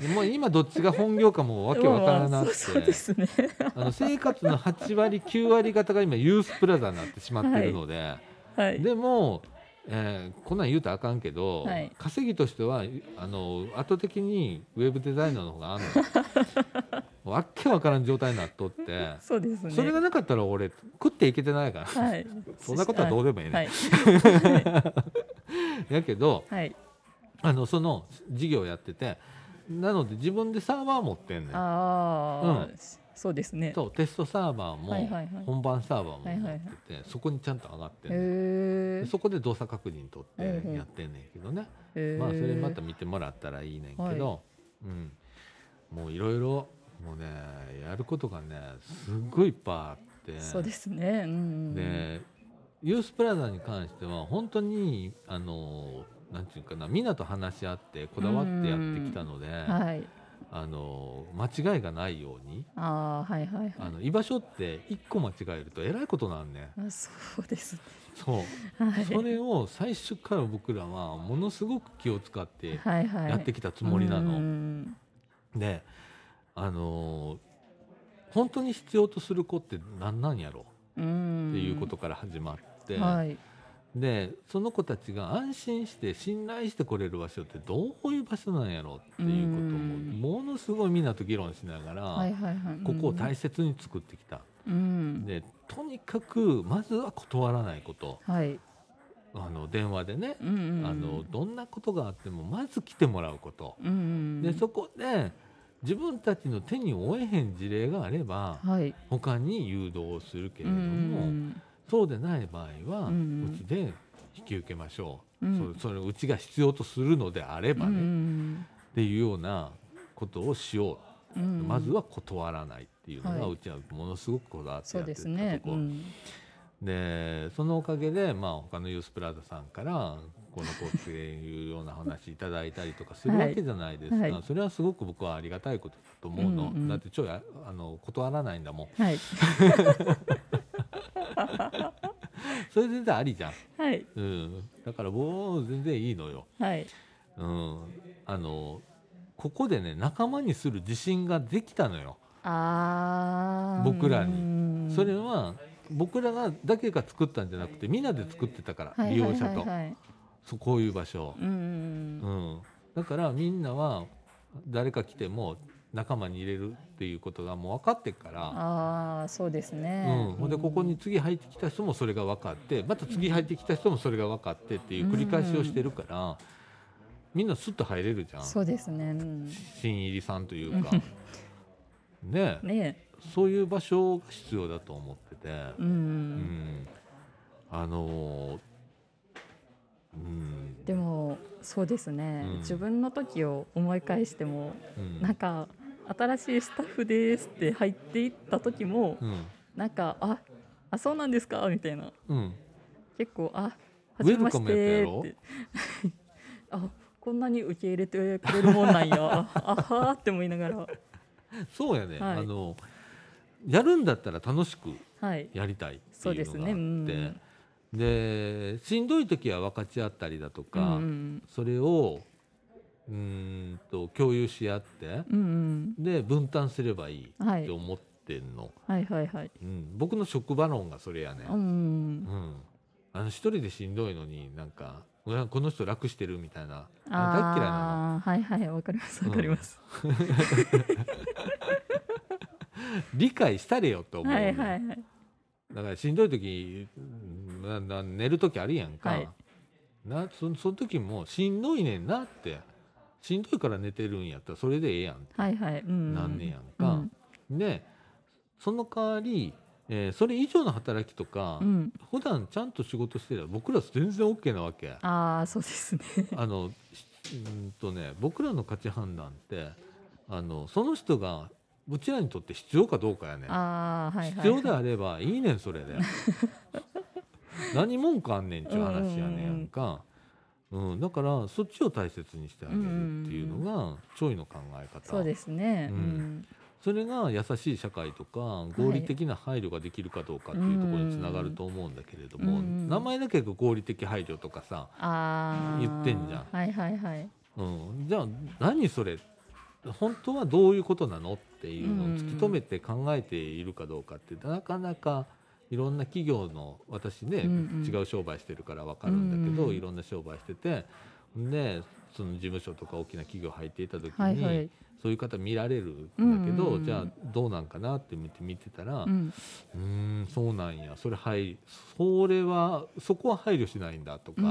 [SPEAKER 1] でもう今どっちが本業かもわけわから
[SPEAKER 2] ま
[SPEAKER 1] な
[SPEAKER 2] あまあ
[SPEAKER 1] く
[SPEAKER 2] そうそう
[SPEAKER 1] て
[SPEAKER 2] ですね
[SPEAKER 1] あの生活の8割9割方が今ユースプラザになってしまってるので、
[SPEAKER 2] はい
[SPEAKER 1] でも、えーこんなん言うたらあかんけど、
[SPEAKER 2] はい
[SPEAKER 1] 稼ぎとしてはあの圧倒的にウェブデザイナーの方があん のわっけわからん状態になっとって
[SPEAKER 2] そうですね
[SPEAKER 1] それがなかったら俺食っていけてないから
[SPEAKER 2] はい
[SPEAKER 1] そんなことはどうでもいいね、
[SPEAKER 2] はい
[SPEAKER 1] やけど
[SPEAKER 2] はい
[SPEAKER 1] あのその事業やっててなので自分でサーバー持ってんねん
[SPEAKER 2] ああ、そうですね。
[SPEAKER 1] とテストサーバーも、
[SPEAKER 2] はいはいはい
[SPEAKER 1] 本番サーバーも持っ
[SPEAKER 2] はい
[SPEAKER 1] てて、
[SPEAKER 2] はいはい
[SPEAKER 1] そこにちゃんと上がってんねん
[SPEAKER 2] へ
[SPEAKER 1] で
[SPEAKER 2] え。
[SPEAKER 1] そこで動作確認取って
[SPEAKER 2] うんうん
[SPEAKER 1] やってんねんけどね、
[SPEAKER 2] へー
[SPEAKER 1] まあそれまた。見てもらったらいいねんけど、うん、もういろいろもうねやることがねすっごいいっぱいあっって
[SPEAKER 2] そうですね。うんうん、
[SPEAKER 1] でユースプラザに関しては本当にあのなんていうかなみんなと話し合ってこだわってやってきたので、
[SPEAKER 2] はい。
[SPEAKER 1] あの間違いがないように
[SPEAKER 2] ああはいはい
[SPEAKER 1] あ
[SPEAKER 2] は
[SPEAKER 1] の居場所って一個間違えるとえらいことなんね
[SPEAKER 2] い。あそうです。
[SPEAKER 1] そう
[SPEAKER 2] はい。
[SPEAKER 1] それを最初から僕らはものすごく気を使って
[SPEAKER 2] はいはい。
[SPEAKER 1] やってきたつもりな
[SPEAKER 2] う
[SPEAKER 1] の。
[SPEAKER 2] ん
[SPEAKER 1] であの本当に必要とする子って何なんやろ
[SPEAKER 2] うん。
[SPEAKER 1] っていうことから始まって、
[SPEAKER 2] はい。
[SPEAKER 1] でその子たちが安心して信頼してこれる場所ってどういう場所なんやろっていうこと
[SPEAKER 2] うん
[SPEAKER 1] もものすごいみんなと議論しながら、
[SPEAKER 2] はいはいはい。
[SPEAKER 1] ここを大切に作ってきた。
[SPEAKER 2] うん。
[SPEAKER 1] でとにかくまずは断らないこと
[SPEAKER 2] はい。
[SPEAKER 1] あの電話でね、
[SPEAKER 2] うんうんうん。
[SPEAKER 1] あのどんなことがあってもまず来てもらうこと、
[SPEAKER 2] うんうん。
[SPEAKER 1] でそこで自分たちの手に負えへん事例があれば
[SPEAKER 2] はい。
[SPEAKER 1] 他に誘導をするけれ
[SPEAKER 2] う
[SPEAKER 1] ども、
[SPEAKER 2] ん
[SPEAKER 1] そうでない場合は、う
[SPEAKER 2] う
[SPEAKER 1] んちで引き受けましょう、
[SPEAKER 2] うん
[SPEAKER 1] そそれをうちが必要とするのであれ
[SPEAKER 2] うんう
[SPEAKER 1] ばね、っ
[SPEAKER 2] ん
[SPEAKER 1] ていうようなことをしよう、
[SPEAKER 2] うん。
[SPEAKER 1] まずは断らないっていうのが、
[SPEAKER 2] はいう
[SPEAKER 1] ちはものすごくこだわって
[SPEAKER 2] そ
[SPEAKER 1] や
[SPEAKER 2] う
[SPEAKER 1] って
[SPEAKER 2] です
[SPEAKER 1] た
[SPEAKER 2] ね
[SPEAKER 1] と。こ、
[SPEAKER 2] うん
[SPEAKER 1] でそのおかげで、まあ、他のユースプラザさんからこの子っていうような話いただいたりとかする
[SPEAKER 2] はい
[SPEAKER 1] わけじゃないですか、
[SPEAKER 2] はい
[SPEAKER 1] それはすごく僕はありがたいことだと思うの、
[SPEAKER 2] うんうん
[SPEAKER 1] だってちょいああの断らないんだもん
[SPEAKER 2] はい。
[SPEAKER 1] それ全然ありじゃん、
[SPEAKER 2] はい。
[SPEAKER 1] うん、だからもう全然いいのよ、
[SPEAKER 2] はい。
[SPEAKER 1] うん、あのここでね仲間にする自信ができたのよ
[SPEAKER 2] ああ。
[SPEAKER 1] 僕らに
[SPEAKER 2] に
[SPEAKER 1] それは僕らがだけが作ったんじゃなくてみんなで作ってたから、利用者と、
[SPEAKER 2] はい。
[SPEAKER 1] そうこういう場所、
[SPEAKER 2] うんうんうん。
[SPEAKER 1] うん、だからみんなは誰か来ても仲間に入れるっていうことがもう分かってっから、
[SPEAKER 2] ああそうです
[SPEAKER 1] う
[SPEAKER 2] ね
[SPEAKER 1] ん。ほんでここに次入ってきた人もそれが分かってまた次入ってきた人もそれが分かってっていう繰り返しをしてるからみんなスッと入れるじゃん
[SPEAKER 2] そうですね。うん
[SPEAKER 1] 新入りさんというか。ねえ
[SPEAKER 2] ね
[SPEAKER 1] そういう場所が必要だと思ってて、
[SPEAKER 2] う
[SPEAKER 1] うん
[SPEAKER 2] ん。
[SPEAKER 1] あのーうん
[SPEAKER 2] でもそうですね、
[SPEAKER 1] うん
[SPEAKER 2] 自分の時を思い返しても
[SPEAKER 1] うん
[SPEAKER 2] なんか新しいスタッフですって入っていった時も、
[SPEAKER 1] うん
[SPEAKER 2] なんかああそうなんですかみたいな
[SPEAKER 1] うん
[SPEAKER 2] 結構あ
[SPEAKER 1] ウ
[SPEAKER 2] 初め
[SPEAKER 1] ェル
[SPEAKER 2] ま
[SPEAKER 1] カ
[SPEAKER 2] し
[SPEAKER 1] ムやったや
[SPEAKER 2] て
[SPEAKER 1] ろ
[SPEAKER 2] って あこんなに受け入れてくれるもんなんやああはーって思いながら
[SPEAKER 1] そうやね、
[SPEAKER 2] はい
[SPEAKER 1] あのやるんだったら楽しく
[SPEAKER 2] はい
[SPEAKER 1] やりたいって
[SPEAKER 2] そう
[SPEAKER 1] い
[SPEAKER 2] で
[SPEAKER 1] う
[SPEAKER 2] す
[SPEAKER 1] のが
[SPEAKER 2] ね
[SPEAKER 1] あ
[SPEAKER 2] う
[SPEAKER 1] ってで,、
[SPEAKER 2] ん
[SPEAKER 1] しんどい時は分かち合ったりだと
[SPEAKER 2] う
[SPEAKER 1] か、
[SPEAKER 2] んうん
[SPEAKER 1] それをうーんと共有し合って
[SPEAKER 2] うん
[SPEAKER 1] で分担すればいい
[SPEAKER 2] うんはい
[SPEAKER 1] って思ってんの、
[SPEAKER 2] はいはいはい
[SPEAKER 1] うん、僕の職場論がそれやね、
[SPEAKER 2] う
[SPEAKER 1] うん
[SPEAKER 2] ん
[SPEAKER 1] あの一人でしんどいのになんかうわこの人楽してるみたいなあの大っ嫌いなの
[SPEAKER 2] ああーはいはいわかりますわかります、
[SPEAKER 1] 理解したれよと思う
[SPEAKER 2] は
[SPEAKER 1] ね、
[SPEAKER 2] いはいはい
[SPEAKER 1] だからしんどい時うんなな寝る時あるやんか、
[SPEAKER 2] はい
[SPEAKER 1] なそその時もしんどいねんなってしんどいから寝てるんやったらそれでええやん、
[SPEAKER 2] はいはい、うん、
[SPEAKER 1] なんねやんか、でその代わり、えーそれ以上の働きとか、
[SPEAKER 2] うん、うん
[SPEAKER 1] 普段ちゃんと仕事してれば僕ら全然 OK なわけあ
[SPEAKER 2] ああそうで すね
[SPEAKER 1] のしうんとね僕らの価値判断ってあのその人がうちらにとって必要かどうかやねん
[SPEAKER 2] ああはいはい
[SPEAKER 1] 必要であればいいねんそれで 何文句あんねんちゅう話やねんやんか、うんだからそっちを大切にしてあげるっていうのがちょいの考え方
[SPEAKER 2] そうですね、う
[SPEAKER 1] うんんそれが優しい社会とか合理的な配慮ができるかどうかっていうところにつながると思うんだけれども、
[SPEAKER 2] うんうん
[SPEAKER 1] 名前だけが合理的配慮とかさ、
[SPEAKER 2] ああ
[SPEAKER 1] 言ってんじゃん
[SPEAKER 2] はいはいはい
[SPEAKER 1] うん、じゃあ何それ本当はどういうことなのっていうのを突き止めて考えているかどうかってなかなかいろんな企業の私ね、
[SPEAKER 2] うんうん
[SPEAKER 1] 違う商売してるから分かるんだけど、
[SPEAKER 2] うんうん
[SPEAKER 1] いろんな商売しててでその事務所とか大きな企業入っていた時に、
[SPEAKER 2] はいはい、
[SPEAKER 1] そういう方見られるんだけど、
[SPEAKER 2] うんうんうん
[SPEAKER 1] じゃあどうなんかなって見て見てたら、う、
[SPEAKER 2] うんん、
[SPEAKER 1] そうなんやそれはいそれはそこは配慮しないんだとかいう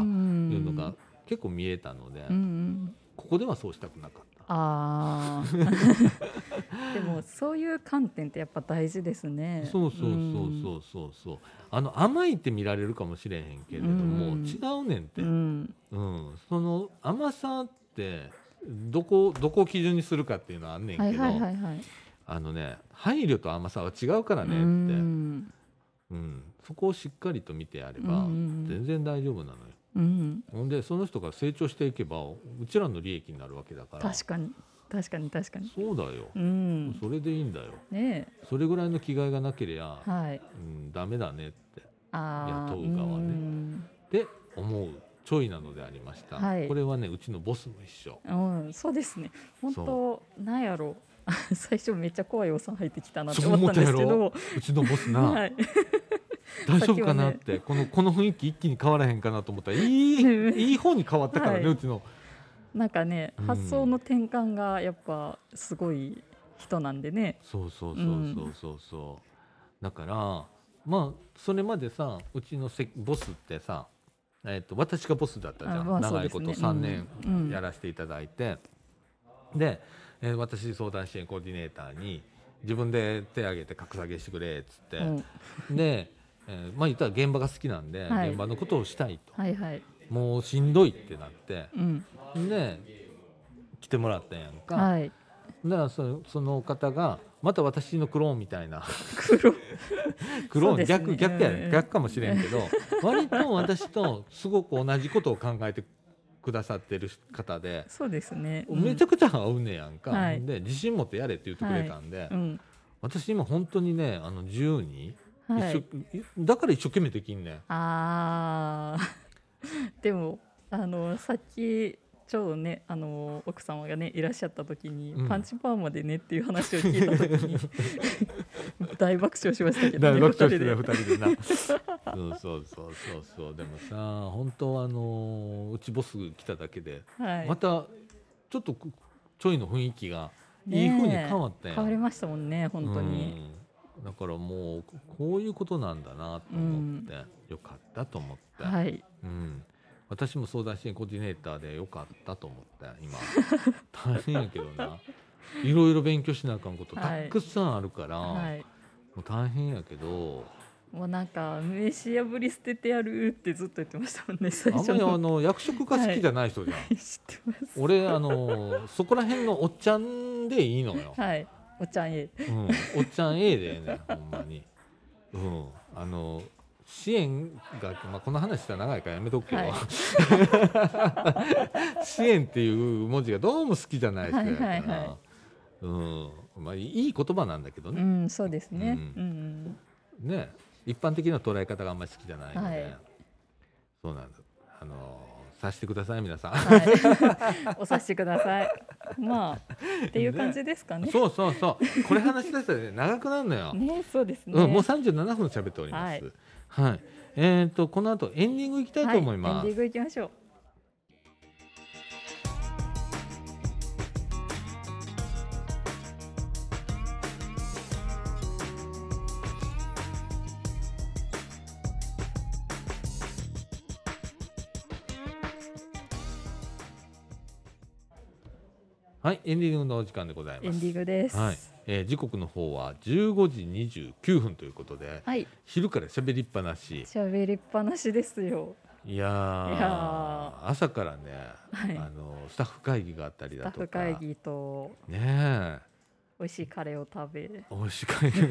[SPEAKER 1] のが結構見えたので。
[SPEAKER 2] うんうん
[SPEAKER 1] ここではそうしたくなかった。
[SPEAKER 2] ああ でもそういう観点ってやっぱ大事ですね
[SPEAKER 1] そうそうそうそうそうそう。あの甘いって見られるかもしれへんけれども、
[SPEAKER 2] うん
[SPEAKER 1] 違うねんって。
[SPEAKER 2] う、
[SPEAKER 1] うん、
[SPEAKER 2] うんん、
[SPEAKER 1] その甘さってどこどこを基準にするかっていうのはあんねんけ
[SPEAKER 2] は
[SPEAKER 1] ど、
[SPEAKER 2] いはいはいはい
[SPEAKER 1] あのね配慮と甘さは違うからねって。
[SPEAKER 2] うん
[SPEAKER 1] うん、そこをしっかりと見てやれ
[SPEAKER 2] う
[SPEAKER 1] ば
[SPEAKER 2] んうんうん
[SPEAKER 1] 全然大丈夫なのよ。
[SPEAKER 2] うん、
[SPEAKER 1] ほんでその人が成長していけばうちらの利益になるわけだから
[SPEAKER 2] 確かに確かに確かに
[SPEAKER 1] そうだよ、
[SPEAKER 2] うん
[SPEAKER 1] それでいいんだよ
[SPEAKER 2] ね
[SPEAKER 1] それぐらいの気概がなけりゃ、
[SPEAKER 2] えはい
[SPEAKER 1] うん、ダメだねって
[SPEAKER 2] ああ
[SPEAKER 1] 雇う側ね
[SPEAKER 2] うん
[SPEAKER 1] で思うちょいなのでありました、
[SPEAKER 2] はい
[SPEAKER 1] これはねうちのボスも一緒
[SPEAKER 2] うん、そうですね本当なんやろ 最初めっちゃ怖いおっさん入ってきたなって
[SPEAKER 1] そう
[SPEAKER 2] 思
[SPEAKER 1] 思
[SPEAKER 2] っ
[SPEAKER 1] った
[SPEAKER 2] んで
[SPEAKER 1] た
[SPEAKER 2] すけ
[SPEAKER 1] や
[SPEAKER 2] ど
[SPEAKER 1] ろうちのボスな、
[SPEAKER 2] はい、
[SPEAKER 1] 大丈夫かなっ、
[SPEAKER 2] さって
[SPEAKER 1] このこの雰囲気一気に変わらへんかなと思ったらい
[SPEAKER 2] うん
[SPEAKER 1] いいい方に変わったからね、
[SPEAKER 2] はいう
[SPEAKER 1] ちの
[SPEAKER 2] なんかね
[SPEAKER 1] うん
[SPEAKER 2] 発想の転換がやっぱすごい人なんでね
[SPEAKER 1] そうそうそうそうそうそう、だからまあそれまでさうちのせボスってさ、えっと私がボスだったじゃ
[SPEAKER 2] あ
[SPEAKER 1] ん、
[SPEAKER 2] まあそう
[SPEAKER 1] 長い
[SPEAKER 2] です
[SPEAKER 1] こ
[SPEAKER 2] ね
[SPEAKER 1] と3年
[SPEAKER 2] うんうん
[SPEAKER 1] やらせていただいて、で、えー私相談支援コーディネーターに自分で手挙げて格下げしてくれっつって、
[SPEAKER 2] うん、
[SPEAKER 1] で、えーまあ言ったら現場が好きなんで、
[SPEAKER 2] はい
[SPEAKER 1] 現場のことをしたいと、
[SPEAKER 2] はいはい、
[SPEAKER 1] もうしんどいってなって
[SPEAKER 2] うん、
[SPEAKER 1] で来てもらったやんか、
[SPEAKER 2] はい
[SPEAKER 1] だからそのその方がまた私のクローンみたいな
[SPEAKER 2] 黒
[SPEAKER 1] クローン、
[SPEAKER 2] そうですね
[SPEAKER 1] 逆逆やね
[SPEAKER 2] うん
[SPEAKER 1] 逆かもしれんけど割と私とすごく同じことを考えてくださってる方で。
[SPEAKER 2] そうですね
[SPEAKER 1] めちゃ
[SPEAKER 2] く
[SPEAKER 1] くちゃ合うねやんか、
[SPEAKER 2] はい
[SPEAKER 1] で自信持ってやれって言ってくれたんで、
[SPEAKER 2] うん、
[SPEAKER 1] 私今本当にねあの自由に、
[SPEAKER 2] うんはい
[SPEAKER 1] 一生だから一生懸命できんねん
[SPEAKER 2] あー でもあのさっきちょうどねあの奥様がねいらっしゃった時に、
[SPEAKER 1] うん
[SPEAKER 2] パンチパーマでねっていう話を聞いた時 に大爆笑しましたけど
[SPEAKER 1] 大
[SPEAKER 2] ね
[SPEAKER 1] 爆笑して
[SPEAKER 2] 二
[SPEAKER 1] る
[SPEAKER 2] 人
[SPEAKER 1] 2
[SPEAKER 2] で
[SPEAKER 1] 人で なそうそうそうそうそうでもさ本当はあのーうちボス来ただけで、
[SPEAKER 2] はい、
[SPEAKER 1] またちょっとこちょいの雰囲気が
[SPEAKER 2] ねえ
[SPEAKER 1] いい風に変わったやん、
[SPEAKER 2] 変わりましたもんね本当に、
[SPEAKER 1] うんだからもうここういうことなんだなと思って、よかったと思って、
[SPEAKER 2] はい
[SPEAKER 1] うん、私も相談支援コーディネーターでよかったと思って 今大変やけどないろいろ勉強しなあかんことた
[SPEAKER 2] はい
[SPEAKER 1] くさんあるから、
[SPEAKER 2] はい
[SPEAKER 1] もう大変やけど。
[SPEAKER 2] もうなんか名刺破り捨ててやるってずっと言ってましたもんね最
[SPEAKER 1] あん
[SPEAKER 2] 初
[SPEAKER 1] まりあ
[SPEAKER 2] の
[SPEAKER 1] の役職が好きじゃない人じゃん、
[SPEAKER 2] 知ってます
[SPEAKER 1] 俺あのそこら辺のおっちゃんでいいのよ、
[SPEAKER 2] はいおちゃんへ
[SPEAKER 1] うん、おっちゃん A でええ ねんほんまに、うん、あの支援が、まあ、この話したら長いからやめとくけど、
[SPEAKER 2] はい
[SPEAKER 1] 支援っていう文字がどうも好きじゃない人やから、
[SPEAKER 2] はいはいは
[SPEAKER 1] うんまあ、いい言葉なんだけど
[SPEAKER 2] う
[SPEAKER 1] ね,、
[SPEAKER 2] んそうですね
[SPEAKER 1] う
[SPEAKER 2] うんん、
[SPEAKER 1] ね一般的な捉え方があんまり好きじゃないので、
[SPEAKER 2] はい
[SPEAKER 1] そうなんだあのさしてください皆さん。
[SPEAKER 2] はい、お察しください。まあっていう感じですかね。
[SPEAKER 1] そうそうそう。これ話し出した らね長くなるのよ。
[SPEAKER 2] ね、そうですね。
[SPEAKER 1] うん、もう三十七分喋っております。はい。えっ、とこの後エンディングいきたいと思いま
[SPEAKER 2] はい、エンディン
[SPEAKER 1] す。
[SPEAKER 2] グいきましょう。
[SPEAKER 1] はい、エンディングのお時間でござい
[SPEAKER 2] エ
[SPEAKER 1] ま
[SPEAKER 2] ン
[SPEAKER 1] す。
[SPEAKER 2] ディングです。
[SPEAKER 1] はい。えー時刻の方は十五時二十九分ということで、
[SPEAKER 2] はい。
[SPEAKER 1] 昼から喋りっぱなし。
[SPEAKER 2] 喋りっぱなしですよ。
[SPEAKER 1] いやー
[SPEAKER 2] いや
[SPEAKER 1] 朝からね、
[SPEAKER 2] はい
[SPEAKER 1] あのスタッフ会議があったり
[SPEAKER 2] スタ
[SPEAKER 1] だ
[SPEAKER 2] ッ
[SPEAKER 1] とか
[SPEAKER 2] フ、会議と
[SPEAKER 1] ねえ。
[SPEAKER 2] 美味しいカレーを食べ。
[SPEAKER 1] おし会議の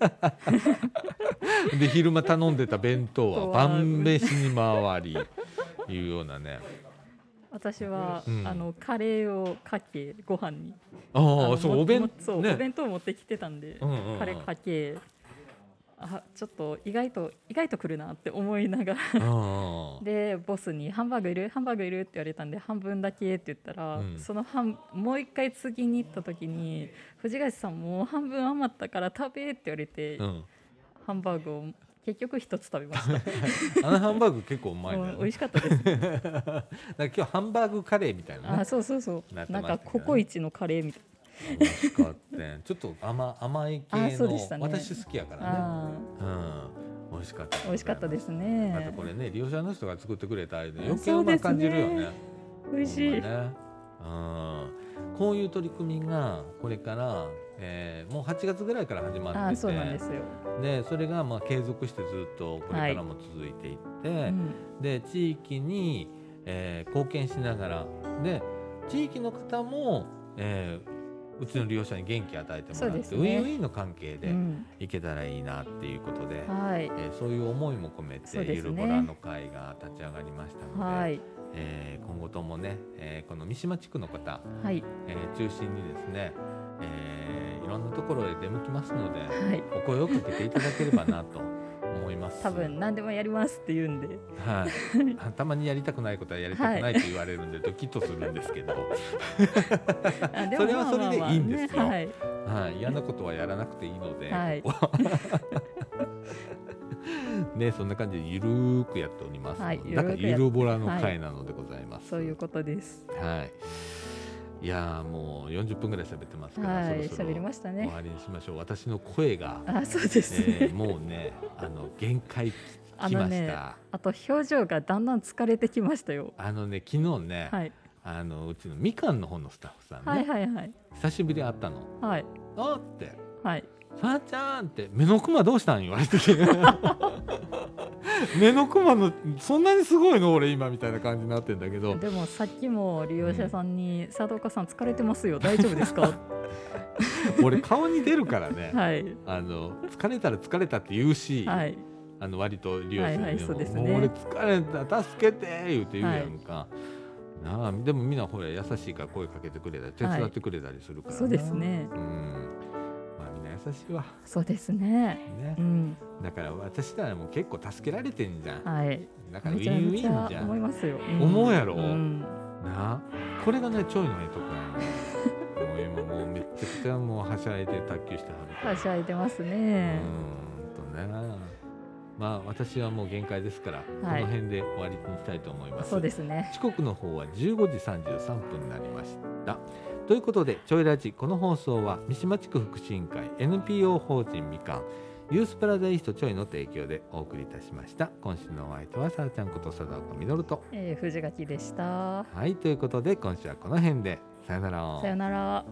[SPEAKER 1] ため で昼間頼んでた弁当は晩飯に回りいうようなね
[SPEAKER 2] 私は、
[SPEAKER 1] うん
[SPEAKER 2] あのカレーをかけご飯に。
[SPEAKER 1] あ
[SPEAKER 2] の
[SPEAKER 1] あそ
[SPEAKER 2] も
[SPEAKER 1] うお弁
[SPEAKER 2] もそうお
[SPEAKER 1] ね
[SPEAKER 2] 弁当を持ってきてたんで、
[SPEAKER 1] うんうんうん
[SPEAKER 2] カレーかけ。あちょっと意外と意外と来るなって思いながら
[SPEAKER 1] ああ
[SPEAKER 2] でボスに「ハンバーグいるハンバーグいる?」って言われたんで「半分だけ」って言ったら、
[SPEAKER 1] うん
[SPEAKER 2] その半もう一回次に行った時に藤ヶ谷さんもう半分余ったから食べって言われて、
[SPEAKER 1] うん
[SPEAKER 2] ハンバーグを結局一つ食べ ました
[SPEAKER 1] あのハンバーグ結構うまいんだよ
[SPEAKER 2] もう美
[SPEAKER 1] ね
[SPEAKER 2] 味しかったです
[SPEAKER 1] だから今日ハンバーグカレーみたいな
[SPEAKER 2] あ
[SPEAKER 1] ね
[SPEAKER 2] そうそうそう
[SPEAKER 1] な
[SPEAKER 2] な,、
[SPEAKER 1] ってま
[SPEAKER 2] ん
[SPEAKER 1] した
[SPEAKER 2] か
[SPEAKER 1] けどね
[SPEAKER 2] ココイチのカレーみたい
[SPEAKER 1] 美味しかったね ちょっと甘甘い系
[SPEAKER 2] あそう
[SPEAKER 1] の
[SPEAKER 2] でしたね
[SPEAKER 1] 私好きやか
[SPEAKER 2] な
[SPEAKER 1] らね
[SPEAKER 2] あ
[SPEAKER 1] うん美味しかった
[SPEAKER 2] ー美味しかったです
[SPEAKER 1] また
[SPEAKER 2] ね
[SPEAKER 1] これね利用者の人が作ってくれたあれで余計
[SPEAKER 2] そううで
[SPEAKER 1] ます
[SPEAKER 2] ね
[SPEAKER 1] く感じるよね
[SPEAKER 2] 美味しい、
[SPEAKER 1] ほんまねうん、こういう取り組みがこれから、えーもう8月ぐらいから始まっ
[SPEAKER 2] あー
[SPEAKER 1] てて
[SPEAKER 2] そうなんですよ、
[SPEAKER 1] でそれがまあ継続してずっとこれからも続いていって、
[SPEAKER 2] うん
[SPEAKER 1] で地域に、えー貢献しながらで地域の方も、えーうちの利用者に元気与えてもら
[SPEAKER 2] そう
[SPEAKER 1] って、
[SPEAKER 2] です
[SPEAKER 1] ウ
[SPEAKER 2] ね
[SPEAKER 1] ィンウィンの関係
[SPEAKER 2] う
[SPEAKER 1] で
[SPEAKER 2] ん
[SPEAKER 1] いけたらいいなっていうことで、
[SPEAKER 2] はい
[SPEAKER 1] えーそういう思いも込めて、
[SPEAKER 2] そうで
[SPEAKER 1] ゆ
[SPEAKER 2] す
[SPEAKER 1] る
[SPEAKER 2] ね
[SPEAKER 1] ボラの会が立ち上がりましたので、
[SPEAKER 2] はい
[SPEAKER 1] えー今後ともね、えーこの三島地区の方、
[SPEAKER 2] はい
[SPEAKER 1] えー中心にですね、えーいろんなところへ出向きますので
[SPEAKER 2] はい
[SPEAKER 1] お声をかけていただければなと思います。
[SPEAKER 2] 多分何でもやりますって言 うんで
[SPEAKER 1] はい、あたまにやりたくないことはやりたくないと言われるんで、ドキッとするんですけど、
[SPEAKER 2] あで
[SPEAKER 1] それはそれでいいんですよ
[SPEAKER 2] まあまあまあね
[SPEAKER 1] はい、嫌なことはやらなくていいので、
[SPEAKER 2] はい
[SPEAKER 1] ここはね、そんな感じでゆるーくやっておりますので、
[SPEAKER 2] はいゆる
[SPEAKER 1] だ
[SPEAKER 2] ーく
[SPEAKER 1] から
[SPEAKER 2] やっ
[SPEAKER 1] ゆるぼらの
[SPEAKER 2] は
[SPEAKER 1] 会
[SPEAKER 2] い
[SPEAKER 1] なのでございます。
[SPEAKER 2] そういうことです
[SPEAKER 1] はい。いやーもう40分ぐらい喋ってますから、
[SPEAKER 2] はい
[SPEAKER 1] そろそろ
[SPEAKER 2] 喋りました
[SPEAKER 1] 終
[SPEAKER 2] ね
[SPEAKER 1] わりにしましょう。私の声が、
[SPEAKER 2] あそうですね、
[SPEAKER 1] えーもうね、あの限界き
[SPEAKER 2] あ
[SPEAKER 1] き
[SPEAKER 2] の
[SPEAKER 1] ま
[SPEAKER 2] ね
[SPEAKER 1] した。
[SPEAKER 2] あと表情がだんだん疲れてきましたよ
[SPEAKER 1] あのね、昨日ね、
[SPEAKER 2] はい
[SPEAKER 1] あのうちのみかんの方のスタッフさんね、
[SPEAKER 2] はいはいはい
[SPEAKER 1] 久しぶりに会ったの。
[SPEAKER 2] はい
[SPEAKER 1] あーって、
[SPEAKER 2] はい
[SPEAKER 1] さあちゃんって目のクマどうしたん言われて きて目のクマのそんなにすごいの俺今みたいな感じになってんだけ ど
[SPEAKER 2] でもさっきも利用者さんに「佐藤岡さん疲れてますよ大丈夫ですか?
[SPEAKER 1] 俺顔に出るから」ね、
[SPEAKER 2] はい
[SPEAKER 1] あの疲れたら疲れたって言うし、
[SPEAKER 2] はい
[SPEAKER 1] あの割と利用者にも、
[SPEAKER 2] はいはいそうですね
[SPEAKER 1] もう俺疲れた助けて言うて言うやんか、なあでもみんなほら優しいから声かけてくれたり手伝ってくれたりするから、
[SPEAKER 2] そうですね
[SPEAKER 1] うんまあみんな優しいわ
[SPEAKER 2] そうですね
[SPEAKER 1] ね
[SPEAKER 2] うん
[SPEAKER 1] だから私ならもう結構助けられてんじゃん
[SPEAKER 2] はい
[SPEAKER 1] だからウ
[SPEAKER 2] めちゃ
[SPEAKER 1] ィンウ
[SPEAKER 2] めち
[SPEAKER 1] ィンじ
[SPEAKER 2] ゃ
[SPEAKER 1] ゃん
[SPEAKER 2] 思いますよ、ん
[SPEAKER 1] 思うやろ
[SPEAKER 2] ん
[SPEAKER 1] なあこれがねちょいのええとこやねもう今もうめっちゃくちゃもうはしゃいで卓球してはるから
[SPEAKER 2] はしゃいでます
[SPEAKER 1] う
[SPEAKER 2] ね
[SPEAKER 1] ーんとねまあ私はもう限界ですから、
[SPEAKER 2] はい
[SPEAKER 1] この辺で終わりにしたいと思います
[SPEAKER 2] そうですね
[SPEAKER 1] 時刻の方は15時33分になりましたということでちょいラジこの放送は三島地区福祉委員会 NPO 法人みかんユースプラザイーストちょいの提供でお送りいたしました今週のお相手はさあちゃんこと佐藤みのると
[SPEAKER 2] えー、藤垣でした
[SPEAKER 1] はいということで今週はこの辺でさよなら
[SPEAKER 2] さよなら